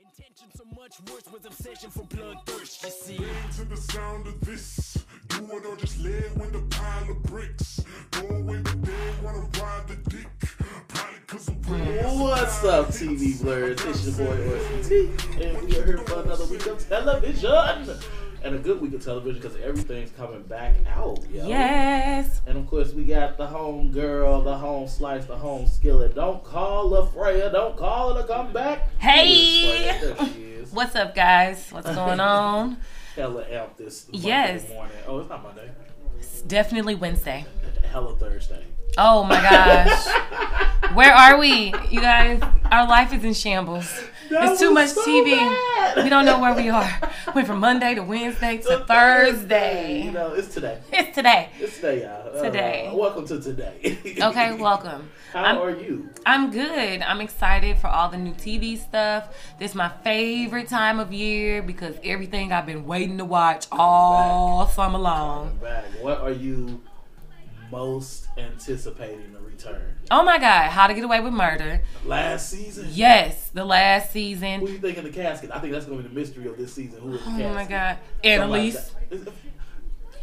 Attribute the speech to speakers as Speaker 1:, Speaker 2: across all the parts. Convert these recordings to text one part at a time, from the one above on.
Speaker 1: Attention so much worse with obsession for blood thirst, you see.
Speaker 2: Bang to the sound of this. Do it or just lay with a pile of bricks. Go away with they wanna ride the dick. Probably cause I'm
Speaker 3: What's up, TV Blurs? It's your boy Orson T, and we are here for another week of television. And a good week of television because everything's coming back out, yo.
Speaker 4: Yes.
Speaker 3: And of course, we got the home girl, the home slice, the home skillet. Don't call her Freya. Don't call her to come back.
Speaker 4: Hey.
Speaker 3: Who is Freya? There she is.
Speaker 4: What's up, guys? What's going on?
Speaker 3: Hella amped this Monday
Speaker 4: Yes.
Speaker 3: morning. Oh, it's not Monday.
Speaker 4: It's definitely Wednesday.
Speaker 3: Hella Thursday.
Speaker 4: Oh my gosh. Where are we, you guys? Our life is in shambles.
Speaker 3: That
Speaker 4: it's too much
Speaker 3: was so
Speaker 4: TV.
Speaker 3: bad.
Speaker 4: We don't know where we are. Went from Monday to Wednesday to
Speaker 3: You
Speaker 4: Thursday.
Speaker 3: know, it's today.
Speaker 4: It's today.
Speaker 3: It's today, y'all. Uh,
Speaker 4: Today.
Speaker 3: welcome to today.
Speaker 4: Okay, welcome.
Speaker 3: How
Speaker 4: I'm-
Speaker 3: are you?
Speaker 4: I'm good. I'm excited for all the new TV stuff. This is my favorite time of year because everything I've been waiting to watch all summer long.
Speaker 3: Back. What are you most anticipating the return?
Speaker 4: Oh my God, How to Get Away with Murder.
Speaker 3: Last season?
Speaker 4: Yes, the last
Speaker 3: Who
Speaker 4: season.
Speaker 3: you think in the casket? I think that's going to be the mystery of this season. Who is the
Speaker 4: Oh
Speaker 3: casket?
Speaker 4: my God.
Speaker 3: Somebody
Speaker 4: Annalise
Speaker 3: died.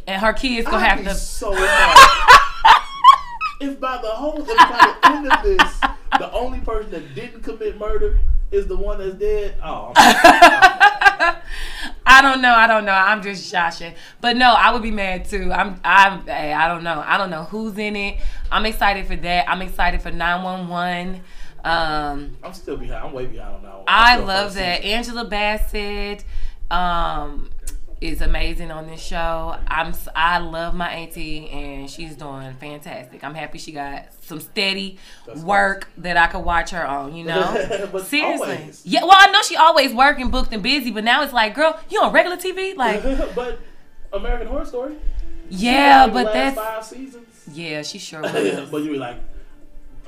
Speaker 4: and her kids gonna
Speaker 3: I'd
Speaker 4: have
Speaker 3: be
Speaker 4: to.
Speaker 3: so mad. if by the whole, if by the end of this, the only person that didn't commit murder is the one that's dead. Oh, I'm-
Speaker 4: I don't know. I don't know. I'm just joshing. But no, I would be mad too. I'm. I'm. Hey, I don't know. I don't know who's in it. I'm excited for that. I'm excited for 911. Um,
Speaker 3: I'm still behind. I'm way behind on that one.
Speaker 4: I
Speaker 3: I'm still
Speaker 4: love
Speaker 3: first
Speaker 4: that.
Speaker 3: season.
Speaker 4: Angela Bassett um, is amazing on this show. I'm s- I love my auntie and she's doing fantastic. I'm happy she got some steady
Speaker 3: That's
Speaker 4: work that I could watch her on, you know?
Speaker 3: But
Speaker 4: Seriously.
Speaker 3: always.
Speaker 4: Yeah, well, I know she always working, booked and busy, but now it's like, girl, you on regular TV? Like,
Speaker 3: but American Horror Story.
Speaker 4: yeah,
Speaker 3: Like the
Speaker 4: but
Speaker 3: last
Speaker 4: that's
Speaker 3: five seasons.
Speaker 4: Yeah, she sure
Speaker 3: but
Speaker 4: was.
Speaker 3: you were like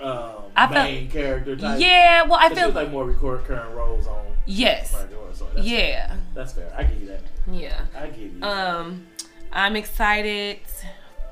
Speaker 3: um,
Speaker 4: I felt-
Speaker 3: main character type.
Speaker 4: Yeah, well, I
Speaker 3: But she
Speaker 4: feel
Speaker 3: was like more recurrent current roles on
Speaker 4: yes.
Speaker 3: American Horror Story. That's fair.
Speaker 4: Yeah.
Speaker 3: that's fair. I give you that.
Speaker 4: Yeah.
Speaker 3: I give you. that.
Speaker 4: Um, I'm excited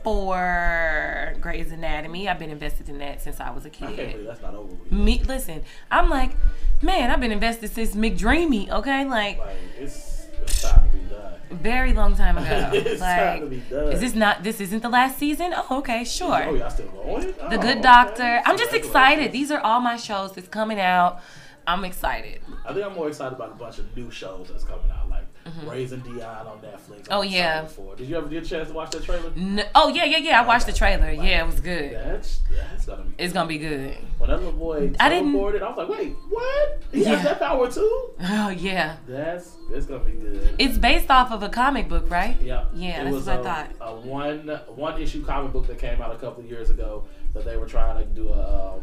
Speaker 4: for Grey's Anatomy. I've been invested in that since I was a
Speaker 3: I can't
Speaker 4: kid.
Speaker 3: believe that's not over. With.
Speaker 4: Me, listen, I'm like, man, I've been invested since McDreamy. Okay, like
Speaker 3: Like it's, it's time to be done.
Speaker 4: very long time ago.
Speaker 3: It's time to be
Speaker 4: like,
Speaker 3: done.
Speaker 4: is this not? This isn't the last season? Oh, okay,
Speaker 3: Oh,
Speaker 4: sure.
Speaker 3: y'all still going?
Speaker 4: The
Speaker 3: Oh,
Speaker 4: Good
Speaker 3: okay.
Speaker 4: Doctor. I'm just
Speaker 3: Congratulations.
Speaker 4: excited. These are all my shows that's coming out. I'm excited.
Speaker 3: I think I'm more excited about a bunch of new shows that's coming out, like Raising Dion on Netflix. I'm
Speaker 4: Mm-hmm. Oh, yeah.
Speaker 3: excited for it. Did you ever get a chance to watch that trailer?
Speaker 4: No, oh yeah, yeah, yeah. I watched the trailer. Yeah, it was good.
Speaker 3: That's that's gonna be.
Speaker 4: It's gonna be good.
Speaker 3: When that little boy
Speaker 4: I didn't-
Speaker 3: teleported, I was like, wait, what? He
Speaker 4: Yeah.
Speaker 3: has that power too?
Speaker 4: Oh yeah.
Speaker 3: That's that's gonna be good.
Speaker 4: It's based off of a comic book, right?
Speaker 3: yeah,
Speaker 4: Yeah,
Speaker 3: It
Speaker 4: that's
Speaker 3: was um, uh,
Speaker 4: what I
Speaker 3: a,
Speaker 4: thought.
Speaker 3: A one one issue comic book that came out a couple of years ago that they were trying to do a um,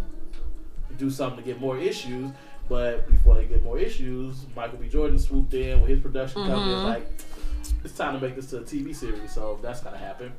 Speaker 3: do something to get more issues. But before they get more issues, Michael B. Jordan swooped in with his production company.
Speaker 4: Mm-hmm.
Speaker 3: and was Like, it's time to make this to a TV series, so that's gonna happen.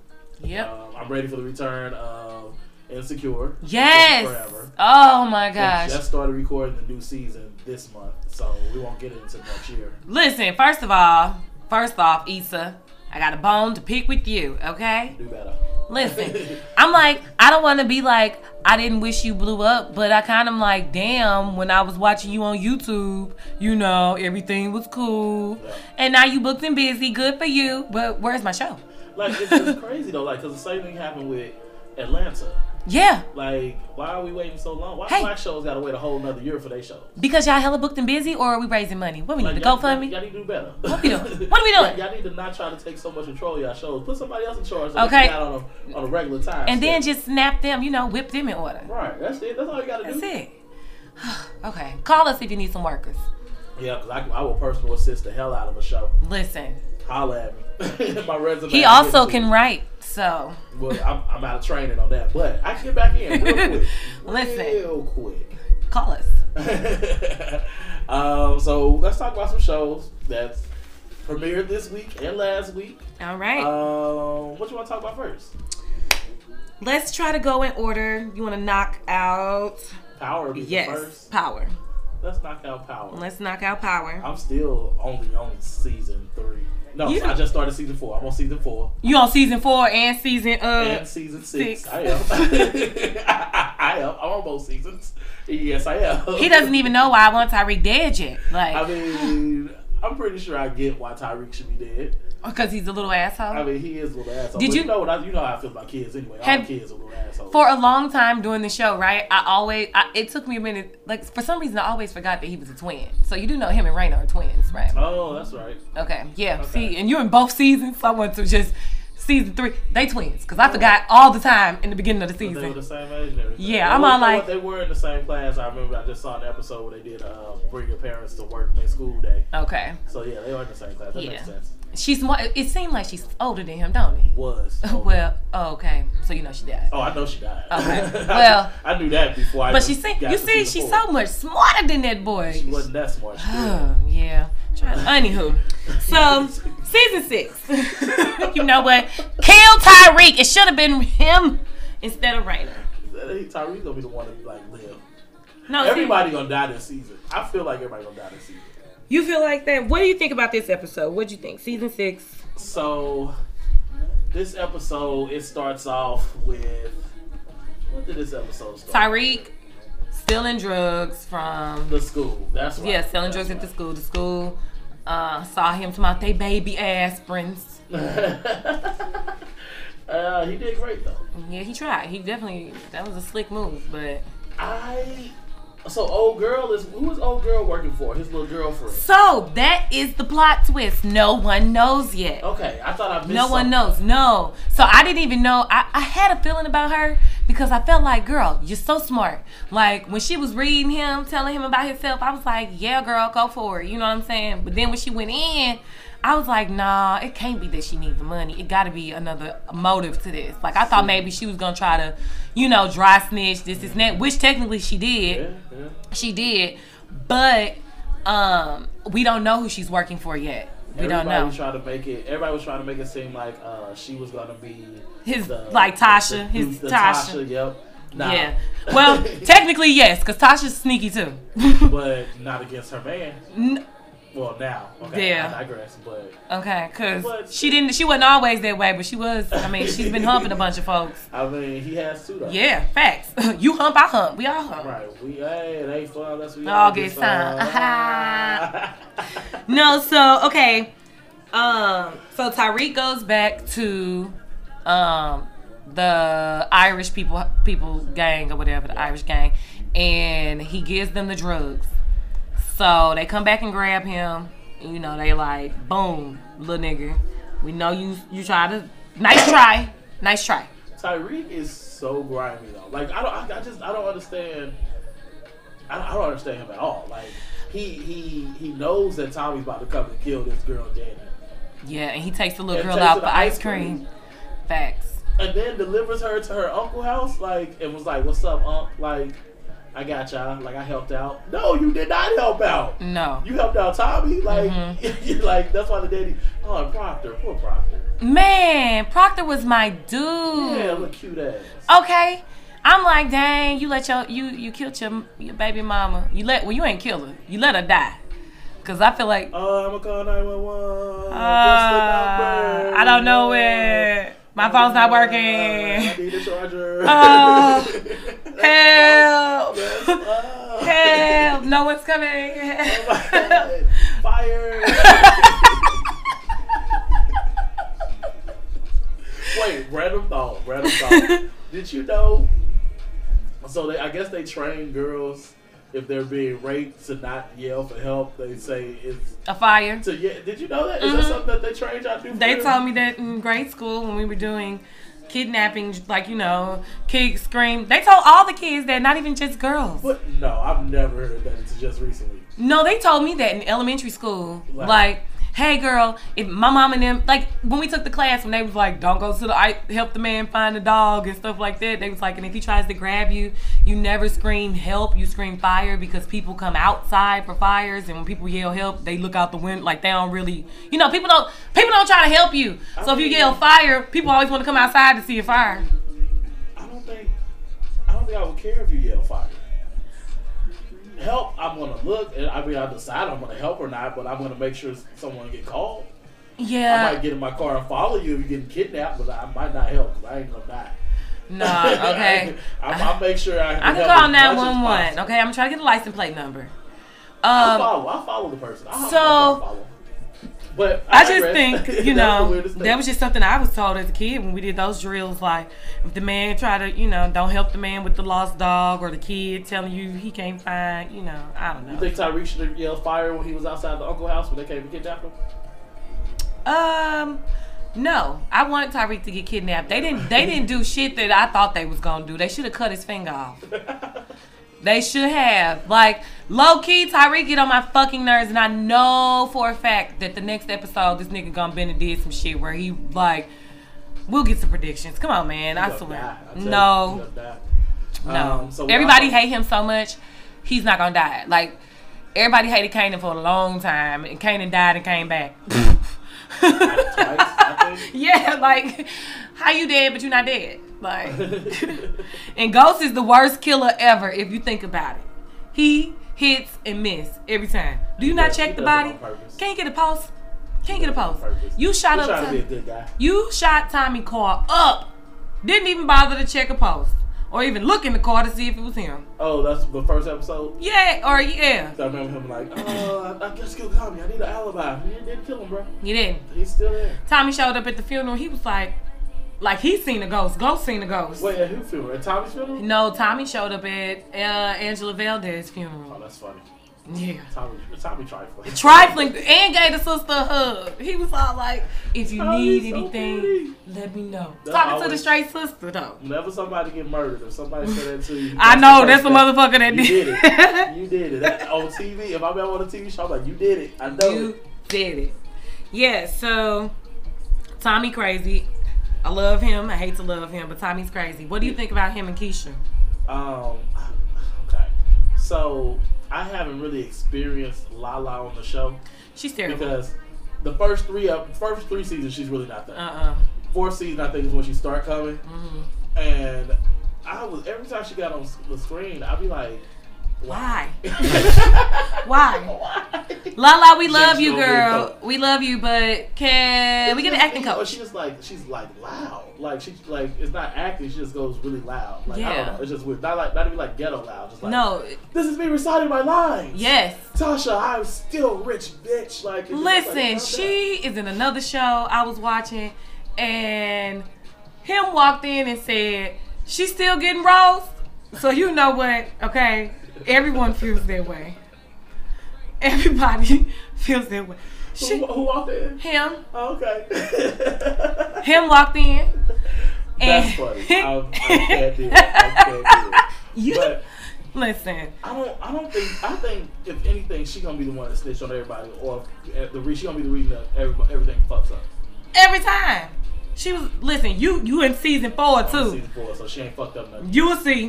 Speaker 4: Yep.
Speaker 3: Um, I'm ready for the return of Insecure.
Speaker 4: Yes.
Speaker 3: Forever.
Speaker 4: Oh my
Speaker 3: They
Speaker 4: gosh.
Speaker 3: just started recording the new season this month, so we won't get it until next year.
Speaker 4: Listen, first of all, first off, Issa, I got a bone to pick with you, okay?
Speaker 3: Do better.
Speaker 4: Listen, I'm like, I don't want to be like, I didn't wish you blew up, but I kind of like, damn, when I was watching you on YouTube, you know, everything was cool.
Speaker 3: Yeah.
Speaker 4: And now you booked and busy, good for you, but where's my show?
Speaker 3: Like it's, it's crazy though, like because the same thing happened with Atlanta.
Speaker 4: Yeah,
Speaker 3: Like, why are we waiting so long? Why
Speaker 4: Hey.
Speaker 3: black shows got to wait a whole another year for their shows?
Speaker 4: because y'all hella booked and busy, or are we raising money? What we need
Speaker 3: Like,
Speaker 4: to
Speaker 3: y'all-
Speaker 4: go for me?
Speaker 3: Y'all need to do better.
Speaker 4: What we doing? What are we doing?
Speaker 3: Y'all need to not try to take so much control of y'all shows. Put somebody else in charge. So
Speaker 4: Okay.
Speaker 3: okay. Got on a, on a regular time.
Speaker 4: And then
Speaker 3: schedule.
Speaker 4: just snap them, you know, whip them in order.
Speaker 3: right. That's it. That's all you got to do.
Speaker 4: That's it. okay. Call us if you need some workers.
Speaker 3: Yeah, because I, I will personal assist the hell out of a show.
Speaker 4: Listen,
Speaker 3: Holla at me. My resume.
Speaker 4: he
Speaker 3: I can get
Speaker 4: also
Speaker 3: to.
Speaker 4: can write. So,
Speaker 3: Well, I'm, I'm out of training on that, but I can get back in real quick.
Speaker 4: Listen.
Speaker 3: Real quick.
Speaker 4: call us.
Speaker 3: um, so let's talk about some shows that's premiered this week and last week.
Speaker 4: All right.
Speaker 3: Um, what you want to talk about first?
Speaker 4: Let's try to go in order. You want to knock out.
Speaker 3: Power be the
Speaker 4: Yes.
Speaker 3: first.
Speaker 4: Power.
Speaker 3: Let's knock out Power.
Speaker 4: Let's knock out power.
Speaker 3: I'm still only on season three. No,
Speaker 4: You-
Speaker 3: I just started season four. I'm on season four
Speaker 4: You on season four and season uh.
Speaker 3: and season six.
Speaker 4: six.
Speaker 3: I am. I am. I'm on both seasons. Yes, I am.
Speaker 4: He doesn't even know why I want Tyreek dead yet.
Speaker 3: I
Speaker 4: Like,
Speaker 3: mean, I'm pretty sure I get why Tyreek should be dead.
Speaker 4: because he's a little asshole.
Speaker 3: I mean, he is a little asshole.
Speaker 4: Did
Speaker 3: Did you,
Speaker 4: you-
Speaker 3: know what? I, you know how I feel about kids anyway. All
Speaker 4: Have-
Speaker 3: kids are little assholes.
Speaker 4: for a long time doing the show, right? I always, I, it took me a minute. Like, for some reason, I always forgot that he was a twin. So, you do know him and Raina are twins, right?
Speaker 3: oh, that's right.
Speaker 4: Okay, yeah.
Speaker 3: Okay.
Speaker 4: See, and you're in both seasons. So I went to just season three. They twins, because I forgot all the time in the beginning of the
Speaker 3: They were the
Speaker 4: season.
Speaker 3: same age and everything.
Speaker 4: Yeah,
Speaker 3: Well,
Speaker 4: I'm
Speaker 3: you
Speaker 4: all
Speaker 3: know what?
Speaker 4: like-
Speaker 3: they were in the same class. I remember I just saw an episode where they did uh, bring your parents to work next school day.
Speaker 4: Okay.
Speaker 3: So yeah, they were in the same class. That
Speaker 4: Yeah.
Speaker 3: makes sense.
Speaker 4: She's more, it seemed like she's older than him, don't it?
Speaker 3: Was
Speaker 4: Well, oh, okay. So you know she died.
Speaker 3: Oh, I know she died.
Speaker 4: Okay. Well-
Speaker 3: I, knew that before. I
Speaker 4: But she
Speaker 3: even
Speaker 4: see,
Speaker 3: got
Speaker 4: you
Speaker 3: to
Speaker 4: see,
Speaker 3: season
Speaker 4: she's
Speaker 3: four.
Speaker 4: so much smarter than that boy.
Speaker 3: She wasn't that smart. She
Speaker 4: Oh, yeah. Try- Anywho, so season six. you know what? Kill Tyreek. It should have been him instead of Raina.
Speaker 3: did. Tyree's gonna be the one to like live.
Speaker 4: No, see,
Speaker 3: Everybody gonna die this season. I feel like everybody gonna die this season.
Speaker 4: you feel like that? What do you think about this episode? What do you think? Season six.
Speaker 3: So this episode it starts off with what did this episode start?
Speaker 4: Tyreek stealing drugs from
Speaker 3: The school. That's right.
Speaker 4: yeah, selling drugs at the school. The school uh, saw him come out. They baby aspirins.
Speaker 3: the. uh, he did great though.
Speaker 4: Yeah, he tried. He definitely that was a slick move, but
Speaker 3: I. So old girl is who is old girl working for? His little girlfriend.
Speaker 4: so that is the plot twist. No one knows yet.
Speaker 3: Okay, I thought I missed.
Speaker 4: No
Speaker 3: something.
Speaker 4: one knows. No. So I didn't even know. I, I had a feeling about her because I felt like, girl, you're so smart. Like when she was reading him, telling him about himself, I was like, yeah, girl, go for it. You know what I'm saying? But then when she went in, I was like, nah, it can't be that she needs the money. It got to be another motive to this. Like I thought maybe she was gonna try to, you know, dry snitch this, this, and that, which technically she did.
Speaker 3: Yeah, yeah.
Speaker 4: She did, but um, we don't know who she's working for yet. We
Speaker 3: everybody
Speaker 4: don't know.
Speaker 3: was trying to make it. Everybody was trying to make it seem like uh, she was gonna be
Speaker 4: His- like Tasha, his Tasha.
Speaker 3: Yep. Nah,
Speaker 4: Yeah. Well, technically yes, because Tasha's sneaky too.
Speaker 3: but not against her man.
Speaker 4: N-
Speaker 3: Well, now. Okay,
Speaker 4: Yeah.
Speaker 3: I digress. But
Speaker 4: okay,
Speaker 3: But-
Speaker 4: because she didn't. She wasn't always that way, but she was. I mean, she's been humping a bunch of folks.
Speaker 3: I mean, he has two though.
Speaker 4: Yeah, facts. you hump, I hump. We all hump.
Speaker 3: Right. We hey, it ain't fun unless we
Speaker 4: All get signed. No, so okay. Um, so Tyreek goes back to um the Irish people people gang or whatever, the Irish gang, and he gives them the drugs. So they come back and grab him. and, You know, they like, boom, little nigga. We know you you try to nice try. Nice try.
Speaker 3: Tyreek is so grimy though. Like I don't, I, I just, I don't understand. I, I don't understand him at all. Like he, he, he knows that Tommy's about to come and kill this girl, Danny,
Speaker 4: Yeah, and he takes the little
Speaker 3: And
Speaker 4: girl
Speaker 3: takes
Speaker 4: out
Speaker 3: her
Speaker 4: for
Speaker 3: to
Speaker 4: ice
Speaker 3: ice
Speaker 4: cream.
Speaker 3: cream.
Speaker 4: Facts.
Speaker 3: and then delivers her to her uncle house. Like and was like, "What's up, Unc? Like, I got y'all. Like I helped out. No, you did not help out.
Speaker 4: No.
Speaker 3: You helped out Tommy. Like,
Speaker 4: Mm-hmm.
Speaker 3: you're like that's why the daddy. Oh, and Proctor, poor Proctor.
Speaker 4: Man, Proctor was my dude. Mm.
Speaker 3: Yeah, look cute ass.
Speaker 4: Oh. okay. I'm like, dang, you let your you you killed your your baby mama. You let well, you ain't kill her. You let her die. Cause I feel like uh,
Speaker 3: Oh, I'm gonna call 911. What's the
Speaker 4: uh,
Speaker 3: number?
Speaker 4: I don't know it. My phone's not
Speaker 3: I
Speaker 4: working.
Speaker 3: need a charger.
Speaker 4: Uh,
Speaker 3: That's
Speaker 4: Help!
Speaker 3: up.
Speaker 4: Help! No one's coming.
Speaker 3: Fire. Wait, random thought. Random thought. Did you know? So they, I guess they train girls if they're being raped to not yell for help. They say it's
Speaker 4: A fire.
Speaker 3: to. Yeah, did you know that? Is that something that they train y'all to? do?
Speaker 4: Mm-hmm. They told me that in grade school when we were doing kidnapping, like you know, kick scream. They told all the kids that, not even just girls.
Speaker 3: But no, I've never heard that. It's just recently.
Speaker 4: No, they told me that in elementary school.
Speaker 3: Wow.
Speaker 4: Like, hey, girl, if my mom and them, like, when we took the class, when they was like, don't go to the, I help the man find the dog and stuff like that. They was like, and if he tries to grab you, you never scream help, you scream fire because people come outside for fires, and when people yell help, they look out the window, like they don't really, you know, people don't, people don't try to help you. So if you
Speaker 3: mean-
Speaker 4: yell fire, people always want to come outside to see a fire.
Speaker 3: I don't think I don't think I would care if you yell fire. Help! I'm gonna look, and I mean, I decide I'm gonna help or not, but I'm gonna make sure someone get called. I
Speaker 4: Yeah.
Speaker 3: might get in my car and follow you if you're getting kidnapped, but I might not help because I ain't gonna die.
Speaker 4: Nah, Oh, okay.
Speaker 3: I, I'll make sure I.
Speaker 4: I can
Speaker 3: help
Speaker 4: call
Speaker 3: as much as
Speaker 4: 911.
Speaker 3: possible.
Speaker 4: Okay, I'm trying to get a license plate number.
Speaker 3: I
Speaker 4: Um,
Speaker 3: follow. I follow the person. I
Speaker 4: so-
Speaker 3: follow, follow. But
Speaker 4: I just
Speaker 3: digress.
Speaker 4: think,
Speaker 3: That's the
Speaker 4: you know,
Speaker 3: weirdest thing.
Speaker 4: that was just something I was told as a kid when we did those drills. Like, if the man try to, you know, don't help the man with the lost dog or the kid telling you he can't find, you know, I don't
Speaker 3: You
Speaker 4: know.
Speaker 3: think Tyreek should have yelled fire when he was outside the uncle house when they came to kidnap him?
Speaker 4: Um, no, I wanted Tyreek to get kidnapped. They didn't. They didn't do shit that I thought they was gonna do. They should have cut his finger off. They should have. Like low key, Tyreek get on my fucking nerves, and I know for a fact that the next episode, this nigga gonna bend and did some shit where he like. We'll get some predictions. Come on, man. I
Speaker 3: He's gonna
Speaker 4: swear.
Speaker 3: die. I tell you,
Speaker 4: No,
Speaker 3: he's gonna die.
Speaker 4: no.
Speaker 3: Um, so what
Speaker 4: everybody
Speaker 3: I-
Speaker 4: hate him so much, he's not gonna die. Like everybody hated Kanan for a long time, and Kanan died and came back.
Speaker 3: Twice, I think.
Speaker 4: Yeah, like how you dead but you not dead. Like and Ghost is the worst killer ever if you think about it. He hits and miss every time. Do you not
Speaker 3: does-
Speaker 4: check
Speaker 3: he does
Speaker 4: the
Speaker 3: it
Speaker 4: body?
Speaker 3: on purpose.
Speaker 4: Can't get a pulse. Can't get a pulse.
Speaker 3: Purpose.
Speaker 4: You shot
Speaker 3: He
Speaker 4: up
Speaker 3: tried to be a
Speaker 4: Tommy.
Speaker 3: good guy.
Speaker 4: You shot Tommy Carr up. Didn't even bother to check a pulse or even look in the car to see if it was him.
Speaker 3: Oh, that's the first episode.
Speaker 4: Yeah, or yeah.
Speaker 3: So I remember him like, oh, I, I just killed Tommy. I need an alibi. He didn't kill him, bro.
Speaker 4: You didn't.
Speaker 3: He's still there.
Speaker 4: Tommy showed up at the funeral. He was like, like he seen a ghost. Ghost seen a ghost.
Speaker 3: Wait, at who's funeral? At Tommy's funeral?
Speaker 4: No, Tommy showed up at uh, Angela Valdez's
Speaker 3: Oh,
Speaker 4: funeral.
Speaker 3: that's funny.
Speaker 4: Yeah.
Speaker 3: Tommy, Tommy trifling.
Speaker 4: Trifling and gave the sister a hug. He was all like, if you
Speaker 3: Tommy's
Speaker 4: need
Speaker 3: so
Speaker 4: anything,
Speaker 3: pretty.
Speaker 4: let me know.
Speaker 3: That's
Speaker 4: Talking to the
Speaker 3: always-
Speaker 4: straight sister, though.
Speaker 3: Whenever somebody get murdered, if somebody said that to you,
Speaker 4: I know, that's the
Speaker 3: the first
Speaker 4: motherfucker that
Speaker 3: thing. You did
Speaker 4: did
Speaker 3: it. You did it. That, on TV, if I'm on a TV show, I'm like, you did it. I know.
Speaker 4: You
Speaker 3: it.
Speaker 4: did it. Yeah, so Tommy crazy. I love him. I hate to love him, but Tommy's crazy. What do you think about him and Keisha?
Speaker 3: Um, okay. So I haven't really experienced Lala on the show
Speaker 4: She's terrible.
Speaker 3: because the first three up, first three seasons, she's really not there.
Speaker 4: Uh-uh.
Speaker 3: Fourth season, I think, is when she start coming,
Speaker 4: Mhm.
Speaker 3: and I was every time she got on s- the screen, I'd be like,
Speaker 4: Why?
Speaker 3: why?
Speaker 4: Why? Lala, we love
Speaker 3: Jinx,
Speaker 4: you,
Speaker 3: you don't get a
Speaker 4: girl.
Speaker 3: coat.
Speaker 4: We love you, but can we get an acting
Speaker 3: Oh,
Speaker 4: coach?
Speaker 3: She's just like she's like loud. Like she like it's not acting. She just goes really loud. Like I
Speaker 4: Yeah.
Speaker 3: don't know. It's just weird. Not like not even like ghetto loud. Just like
Speaker 4: No.
Speaker 3: This is me reciting my lines.
Speaker 4: Yes.
Speaker 3: Tasha, I'm still rich, bitch. Like it's just like, calm
Speaker 4: Listen,
Speaker 3: down.
Speaker 4: she is in another show I was watching, and him walked in and said, She's still getting roast. So you know what? Okay. Everyone feels that way. Everybody feels that way. She,
Speaker 3: Who, who walked in?
Speaker 4: him,
Speaker 3: Oh, okay.
Speaker 4: him walked in.
Speaker 3: That's
Speaker 4: and-
Speaker 3: funny. I, I can't do it. I can't do
Speaker 4: You
Speaker 3: it. But
Speaker 4: listen.
Speaker 3: I don't. I don't think. I think if anything, she gonna be the one that snitch on everybody, or if- the re- she gonna be the reason that everybody, everything fucks up.
Speaker 4: Every time. She was listen, you you in season four
Speaker 3: on
Speaker 4: too.
Speaker 3: Season four, so she ain't fucked up nothing.
Speaker 4: You will see.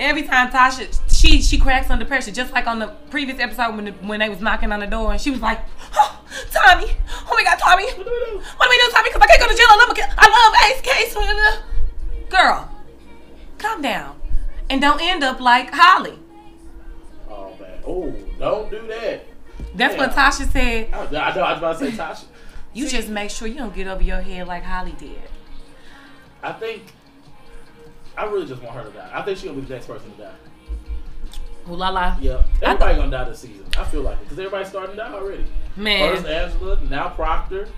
Speaker 4: Every time Tasha, she she cracks under pressure, just like on the previous episode when the, when they was knocking on the door and she was like, oh, "Tommy, oh my God, Tommy, what
Speaker 3: What do
Speaker 4: do
Speaker 3: we do?
Speaker 4: we do, Tommy? Because I can't go to jail. I love, my kid- I love Ace Case." Girl, calm down, and don't end up like Holly.
Speaker 3: Oh man. Oh, don't do that.
Speaker 4: That's what
Speaker 3: Yeah.
Speaker 4: Tasha said.
Speaker 3: I, I know. I was about to say Tasha.
Speaker 4: You just make sure you don't get over your head like Holly did.
Speaker 3: I think. I really just want her to die. I think she gonna be the next person to die.
Speaker 4: Ooh la la,
Speaker 3: Yeah,
Speaker 4: I
Speaker 3: everybody gonna die this season. I feel like it because everybody's starting to die already. First
Speaker 4: man.
Speaker 3: Angela, now Proctor.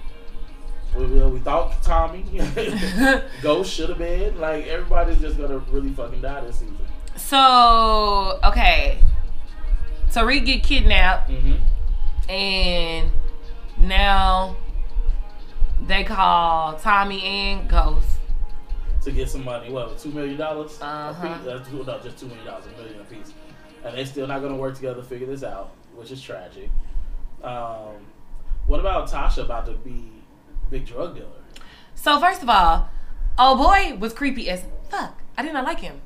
Speaker 3: We, we, we thought Tommy. Ghost should have been like everybody's just gonna really fucking die this season.
Speaker 4: So okay, Tariq get kidnapped.
Speaker 3: Mm-hmm.
Speaker 4: and now they call Tommy and Ghost.
Speaker 3: to get some money. What, two million dollars?
Speaker 4: Uh-huh.
Speaker 3: That's no, just two million dollars, a million a piece. And they're still not going to work together to figure this out, which is tragic. Um, what about Tasha about to be big drug dealer?
Speaker 4: So first of all, oh boy was creepy as fuck. I did not like him.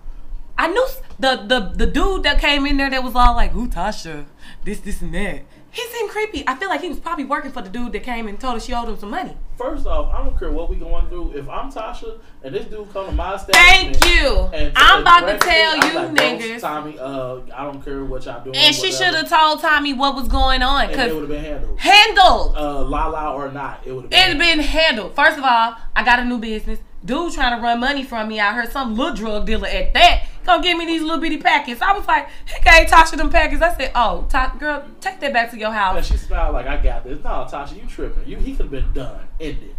Speaker 4: I knew s- the the the dude that came in there that was all like, "Ooh, Tasha, this this and that." He seemed creepy. I feel like he was probably working for the dude that came and told her she owed him some money.
Speaker 3: First off, I don't care what we going through. If I'm Tasha and this dude come to my establishment,
Speaker 4: Thank you.
Speaker 3: and-
Speaker 4: I'm
Speaker 3: and
Speaker 4: about to
Speaker 3: grab me,
Speaker 4: tell
Speaker 3: I'm
Speaker 4: you
Speaker 3: like, "Don't,
Speaker 4: niggas.
Speaker 3: Tommy. Uh, I don't care what y'all doing.
Speaker 4: And she should have told Tommy what was going on,
Speaker 3: And Oh, it would
Speaker 4: cause
Speaker 3: have been handled.
Speaker 4: handled.
Speaker 3: Uh, la la or not, it would have
Speaker 4: It's
Speaker 3: been.
Speaker 4: been handled. First of all, I got a new business. dude trying to run money from me. I heard some little drug dealer at that gonna give me these little bitty packets. I was like, he gave Tasha them packets. I said, oh, Ta- girl, take that back to your
Speaker 3: And
Speaker 4: house.
Speaker 3: she smiled like, I got this. No, Tasha, you tripping. You, he could have been done. Ended.